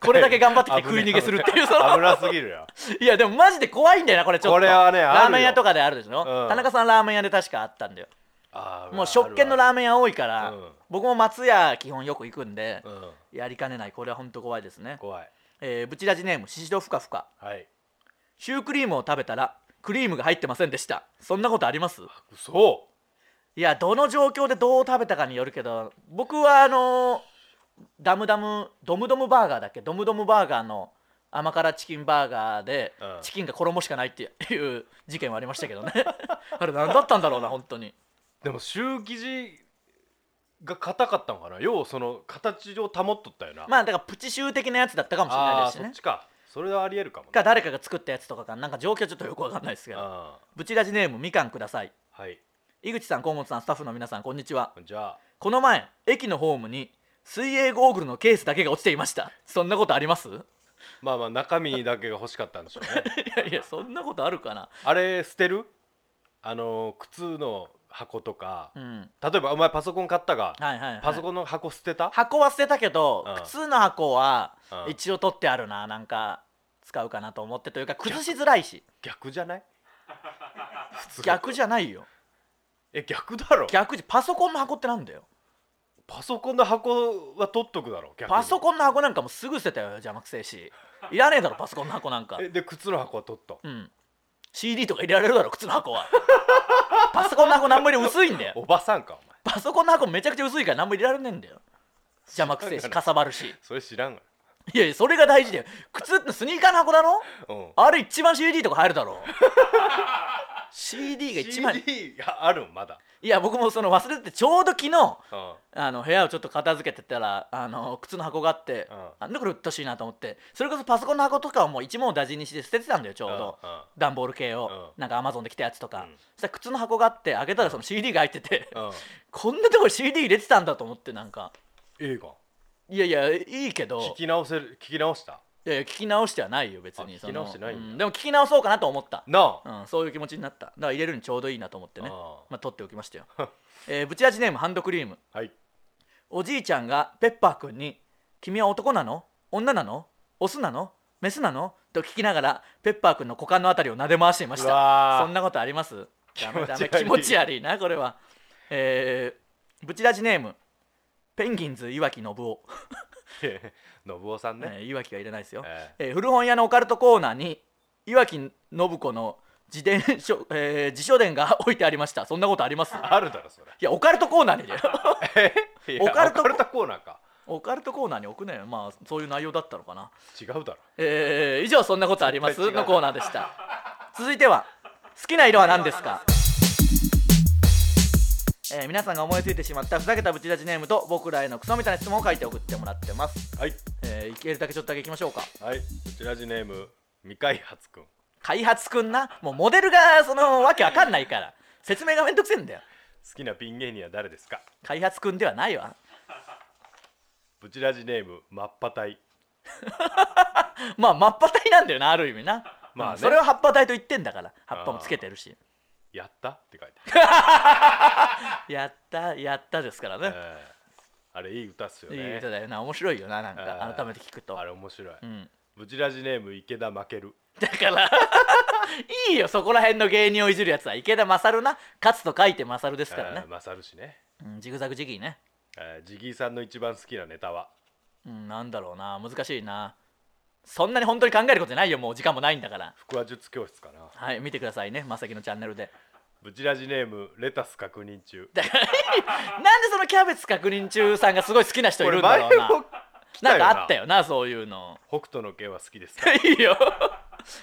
[SPEAKER 2] これだけ頑張ってきて食い逃げするっていうその
[SPEAKER 3] 危なすぎるよ
[SPEAKER 2] いやでもマジで怖いんだよなこれちょっと
[SPEAKER 3] これはねあるよ
[SPEAKER 2] ラーメン屋とかであるでしょ、
[SPEAKER 3] うん
[SPEAKER 2] 田中さんラーメン屋で確かあったんだよ
[SPEAKER 3] あ
[SPEAKER 2] (laughs)
[SPEAKER 3] ー
[SPEAKER 2] もう食券のラーメン屋多いから、
[SPEAKER 3] うん
[SPEAKER 2] 僕も松屋基本よく行くんで、
[SPEAKER 3] うん
[SPEAKER 2] やりかねないこれは本当怖いですね
[SPEAKER 3] 怖い
[SPEAKER 2] えー、ブチラジネームししとふかふか
[SPEAKER 3] はい
[SPEAKER 2] シュークリームを食べたらクリームが入ってませんでしたそんなことあります
[SPEAKER 3] 嘘
[SPEAKER 2] いやどの状況でどう食べたかによるけど僕はあのーダムダムドムドムバーガーだっけドムドムバーガーの甘辛チキンバーガーで、
[SPEAKER 3] うん
[SPEAKER 2] チキンが衣しかないっていう事件はありましたけどね (laughs) あれ何だったんだろうな本当に
[SPEAKER 3] でもシュー生地が硬かったのかな要はその形を保っとったよな
[SPEAKER 2] まあだからプチシュー的なやつだったかもしれない
[SPEAKER 3] あ
[SPEAKER 2] で
[SPEAKER 3] ー
[SPEAKER 2] すし
[SPEAKER 3] そっ
[SPEAKER 2] ね
[SPEAKER 3] ちかそれはありえるかもね
[SPEAKER 2] か誰かが作ったやつとかかなんか状況ちょっとよくわかんないですけど
[SPEAKER 3] あ
[SPEAKER 2] ブチラジネームみかんください
[SPEAKER 3] ーはい
[SPEAKER 2] 井口さん河本さんスタッフの皆さんこんにちは
[SPEAKER 3] じゃあ
[SPEAKER 2] この前駅のホームに水泳ゴーグルのケースだけが落ちていましたそんなことありますい
[SPEAKER 3] まあまあ中身だけが欲しかったんでしょうね
[SPEAKER 2] やいやそんなことあるかな
[SPEAKER 3] あれ捨てるあの靴の箱とか、
[SPEAKER 2] うん
[SPEAKER 3] 例えばお前パソコン買ったが、
[SPEAKER 2] はいはい、はい、
[SPEAKER 3] パソコンの箱捨てた、
[SPEAKER 2] 箱は捨てたけど、
[SPEAKER 3] うん
[SPEAKER 2] 靴の箱は
[SPEAKER 3] うん
[SPEAKER 2] 一応取ってあるななんか使うかなと思ってというか崩しづらいし
[SPEAKER 3] 逆じゃない普通
[SPEAKER 2] 逆じゃないよ
[SPEAKER 3] え逆だろ
[SPEAKER 2] 逆じゃパソコンの箱ってなんだよ
[SPEAKER 3] パソコンの箱は取っとくだろ逆に
[SPEAKER 2] パソコンの箱なんかもうすぐ捨てたよ邪魔くせえしいらねえだろパソコンの箱なんか
[SPEAKER 3] えで靴の箱は取っと、
[SPEAKER 2] うん CD とか入れられるだろ靴の箱は (laughs) パソコンの箱何もより薄いんだよ
[SPEAKER 3] おばさんかお前
[SPEAKER 2] パソコンの箱めちゃくちゃ薄いから何も入れられねえんだよ邪魔くせえしかさばるし
[SPEAKER 3] それ知らんが
[SPEAKER 2] いやいやそれが大事だよ靴ってスニーカーの箱だろ
[SPEAKER 3] なうん
[SPEAKER 2] あれ一番 CD とか入るだろ CD が一番
[SPEAKER 3] CD があるんまだ、
[SPEAKER 2] いや僕もその忘れててちょうど昨日
[SPEAKER 3] うん、
[SPEAKER 2] あの部屋をちょっと片付けてたらあの靴の箱があって、
[SPEAKER 3] うん
[SPEAKER 2] なんでこれうっとしいなと思ってそれこそパソコンの箱とかをもう一網打尽にして捨ててたんだよちょうど、
[SPEAKER 3] うんうん
[SPEAKER 2] 段ボール系を、
[SPEAKER 3] う
[SPEAKER 2] なんかアマゾンで来たやつとか、
[SPEAKER 3] うん
[SPEAKER 2] そしたら靴の箱があって開けたらその CD が入ってて、
[SPEAKER 3] うん、
[SPEAKER 2] こんなところ CD 入れてたんだと思ってなんか
[SPEAKER 3] 映画
[SPEAKER 2] いやいやいいけど
[SPEAKER 3] 聞き直せる聞き直した
[SPEAKER 2] いやいや聞き直してはないよ別
[SPEAKER 3] あ
[SPEAKER 2] に
[SPEAKER 3] 聞き
[SPEAKER 2] その
[SPEAKER 3] 直してないんだ
[SPEAKER 2] うんでも聞き直そうかなと思った
[SPEAKER 3] なあ、
[SPEAKER 2] うん、そういう気持ちになっただから入れるにちょうどいいなと思ってね
[SPEAKER 3] あー
[SPEAKER 2] まあ、取っておきましたよ、 (laughs) えー、ブチラジネームハンドクリーム
[SPEAKER 3] はい
[SPEAKER 2] おじいちゃんがペッパーくんに「君は男なの女なのオスなのメスなの?」と聞きながらペッパーくんの股間のあたりを撫で回していまし
[SPEAKER 3] うわ
[SPEAKER 2] たそ
[SPEAKER 3] ー
[SPEAKER 2] んなことありますダメダメ気持
[SPEAKER 3] 気持
[SPEAKER 2] ち
[SPEAKER 3] ち
[SPEAKER 2] 悪いなこれはえー、ブチラジネームペンギンズいわきのぶお
[SPEAKER 3] へへ (laughs) 信夫さんね、
[SPEAKER 2] えーいわきは入れないですよ、
[SPEAKER 3] え
[SPEAKER 2] えー古本屋のオカルトコーナーにいわき信子の自伝書、 (laughs) えー、辞書伝が置いてありましたそんなことあります
[SPEAKER 3] ーあるだろそれ
[SPEAKER 2] いやオカルトコーナーに (laughs) だよ
[SPEAKER 3] いや
[SPEAKER 2] オカルト
[SPEAKER 3] オカルトコーナーか
[SPEAKER 2] オカルトコーナーに置くねまあそういう内容だったのかな
[SPEAKER 3] 違うだろ
[SPEAKER 2] えー以上そんなことありま
[SPEAKER 3] 絶
[SPEAKER 2] す
[SPEAKER 3] 対違う
[SPEAKER 2] のコーナーでした続いては好きな色は何ですかえー皆さんが思いついてしまったふざけたブチラジネームと僕らへのクソみたいな質問を書いて送ってもらってます、
[SPEAKER 3] はい
[SPEAKER 2] えーいけるだけちょっとだけいきましょうか
[SPEAKER 3] はいこちらジネーム未開発くん
[SPEAKER 2] 開発くんなもうモデルがそのわけわかんないから説明がめんどくせえんだよ
[SPEAKER 3] 好きなピン芸人は誰ですか
[SPEAKER 2] 開発くんではないわ
[SPEAKER 3] ブチラジネームマッパ隊
[SPEAKER 2] まあ真っ端なんだよなある意味な
[SPEAKER 3] まあね
[SPEAKER 2] うんそれを葉っぱ体と言ってんだから葉っぱもつけてるし
[SPEAKER 3] やったって書いて
[SPEAKER 2] (laughs)
[SPEAKER 3] あ
[SPEAKER 2] やったやったですからね
[SPEAKER 3] る、えーあれいい歌っすよ
[SPEAKER 2] い
[SPEAKER 3] ね
[SPEAKER 2] い歌だよな面白いよななん
[SPEAKER 3] あ
[SPEAKER 2] か
[SPEAKER 3] ー
[SPEAKER 2] 改めて聞くと
[SPEAKER 3] あれ面白い、
[SPEAKER 2] うん
[SPEAKER 3] ブチラジネーム池田負ける
[SPEAKER 2] だからいいよそこら辺の芸人をいじるやつは池田勝な勝つと書いて勝ですからね
[SPEAKER 3] えー、勝るしね、
[SPEAKER 2] うんジグザグジギーね
[SPEAKER 3] えージギーさんの一番好きなネタは
[SPEAKER 2] うんなんだろうな難しいなそんなに本当に考えることじゃないよもう時間もないんだから
[SPEAKER 3] 腹話術教室かな
[SPEAKER 2] はい見てくださいねまさきのチャンネルで
[SPEAKER 3] ブチラジネームレタス確認中
[SPEAKER 2] (laughs) だからなんでそのキャベツ確認中さんがすごい好きな人いるんだろうな
[SPEAKER 3] これ前も来た
[SPEAKER 2] なん
[SPEAKER 3] よな
[SPEAKER 2] かあったよなそういうの
[SPEAKER 3] 北斗の拳は好きですか (laughs)
[SPEAKER 2] いいよ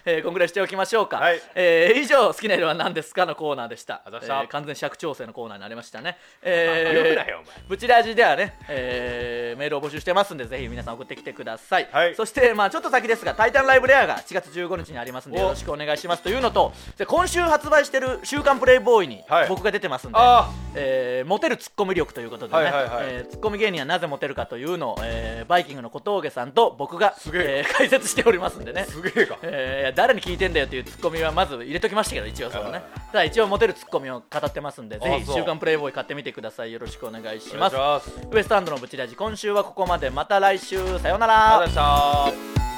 [SPEAKER 2] えーこんぐらいしておきましょうか、
[SPEAKER 3] はい
[SPEAKER 2] えー以上「好きな色は何ですか?」のコーナーでした
[SPEAKER 3] あざした
[SPEAKER 2] えー完全尺調整のコーナーになりましたね、えー
[SPEAKER 3] 呼ぶなよお前
[SPEAKER 2] ブチラジではね、えーメールを募集してますんでぜひ皆さん送ってきてください、
[SPEAKER 3] はい
[SPEAKER 2] そして、まあ、ちょっと先ですが「タイタンライブレア」が4月15日にありますんで
[SPEAKER 3] お
[SPEAKER 2] よろしくお願いしますというのとで今週発売してる「週刊プレイボーイ」に
[SPEAKER 3] はい
[SPEAKER 2] 僕が出てますんで、
[SPEAKER 3] あ
[SPEAKER 2] えーモテるツッコミ力ということでね、
[SPEAKER 3] はいはいはい
[SPEAKER 2] えーツッコミ芸人はなぜモテるかというのを、えーバイキングの小峠さんと僕が、
[SPEAKER 3] すげえ
[SPEAKER 2] えー (laughs) 解説しておりますんでね
[SPEAKER 3] すげえか
[SPEAKER 2] えーいや誰に聞いてんだよっていうツッコミはまず入れときましたけど一応その
[SPEAKER 3] はい
[SPEAKER 2] ね
[SPEAKER 3] は
[SPEAKER 2] ただ一応モテるツッコミを語ってますんでぜひ「
[SPEAKER 3] そう
[SPEAKER 2] 週刊プレイボーイ」買ってみてくださいよろしくお願いし
[SPEAKER 3] お
[SPEAKER 2] ま
[SPEAKER 3] 願い
[SPEAKER 2] す
[SPEAKER 3] します
[SPEAKER 2] ウエストランドのブチラジ今週はここまでまた来週さような
[SPEAKER 3] あ
[SPEAKER 2] ら
[SPEAKER 3] ざした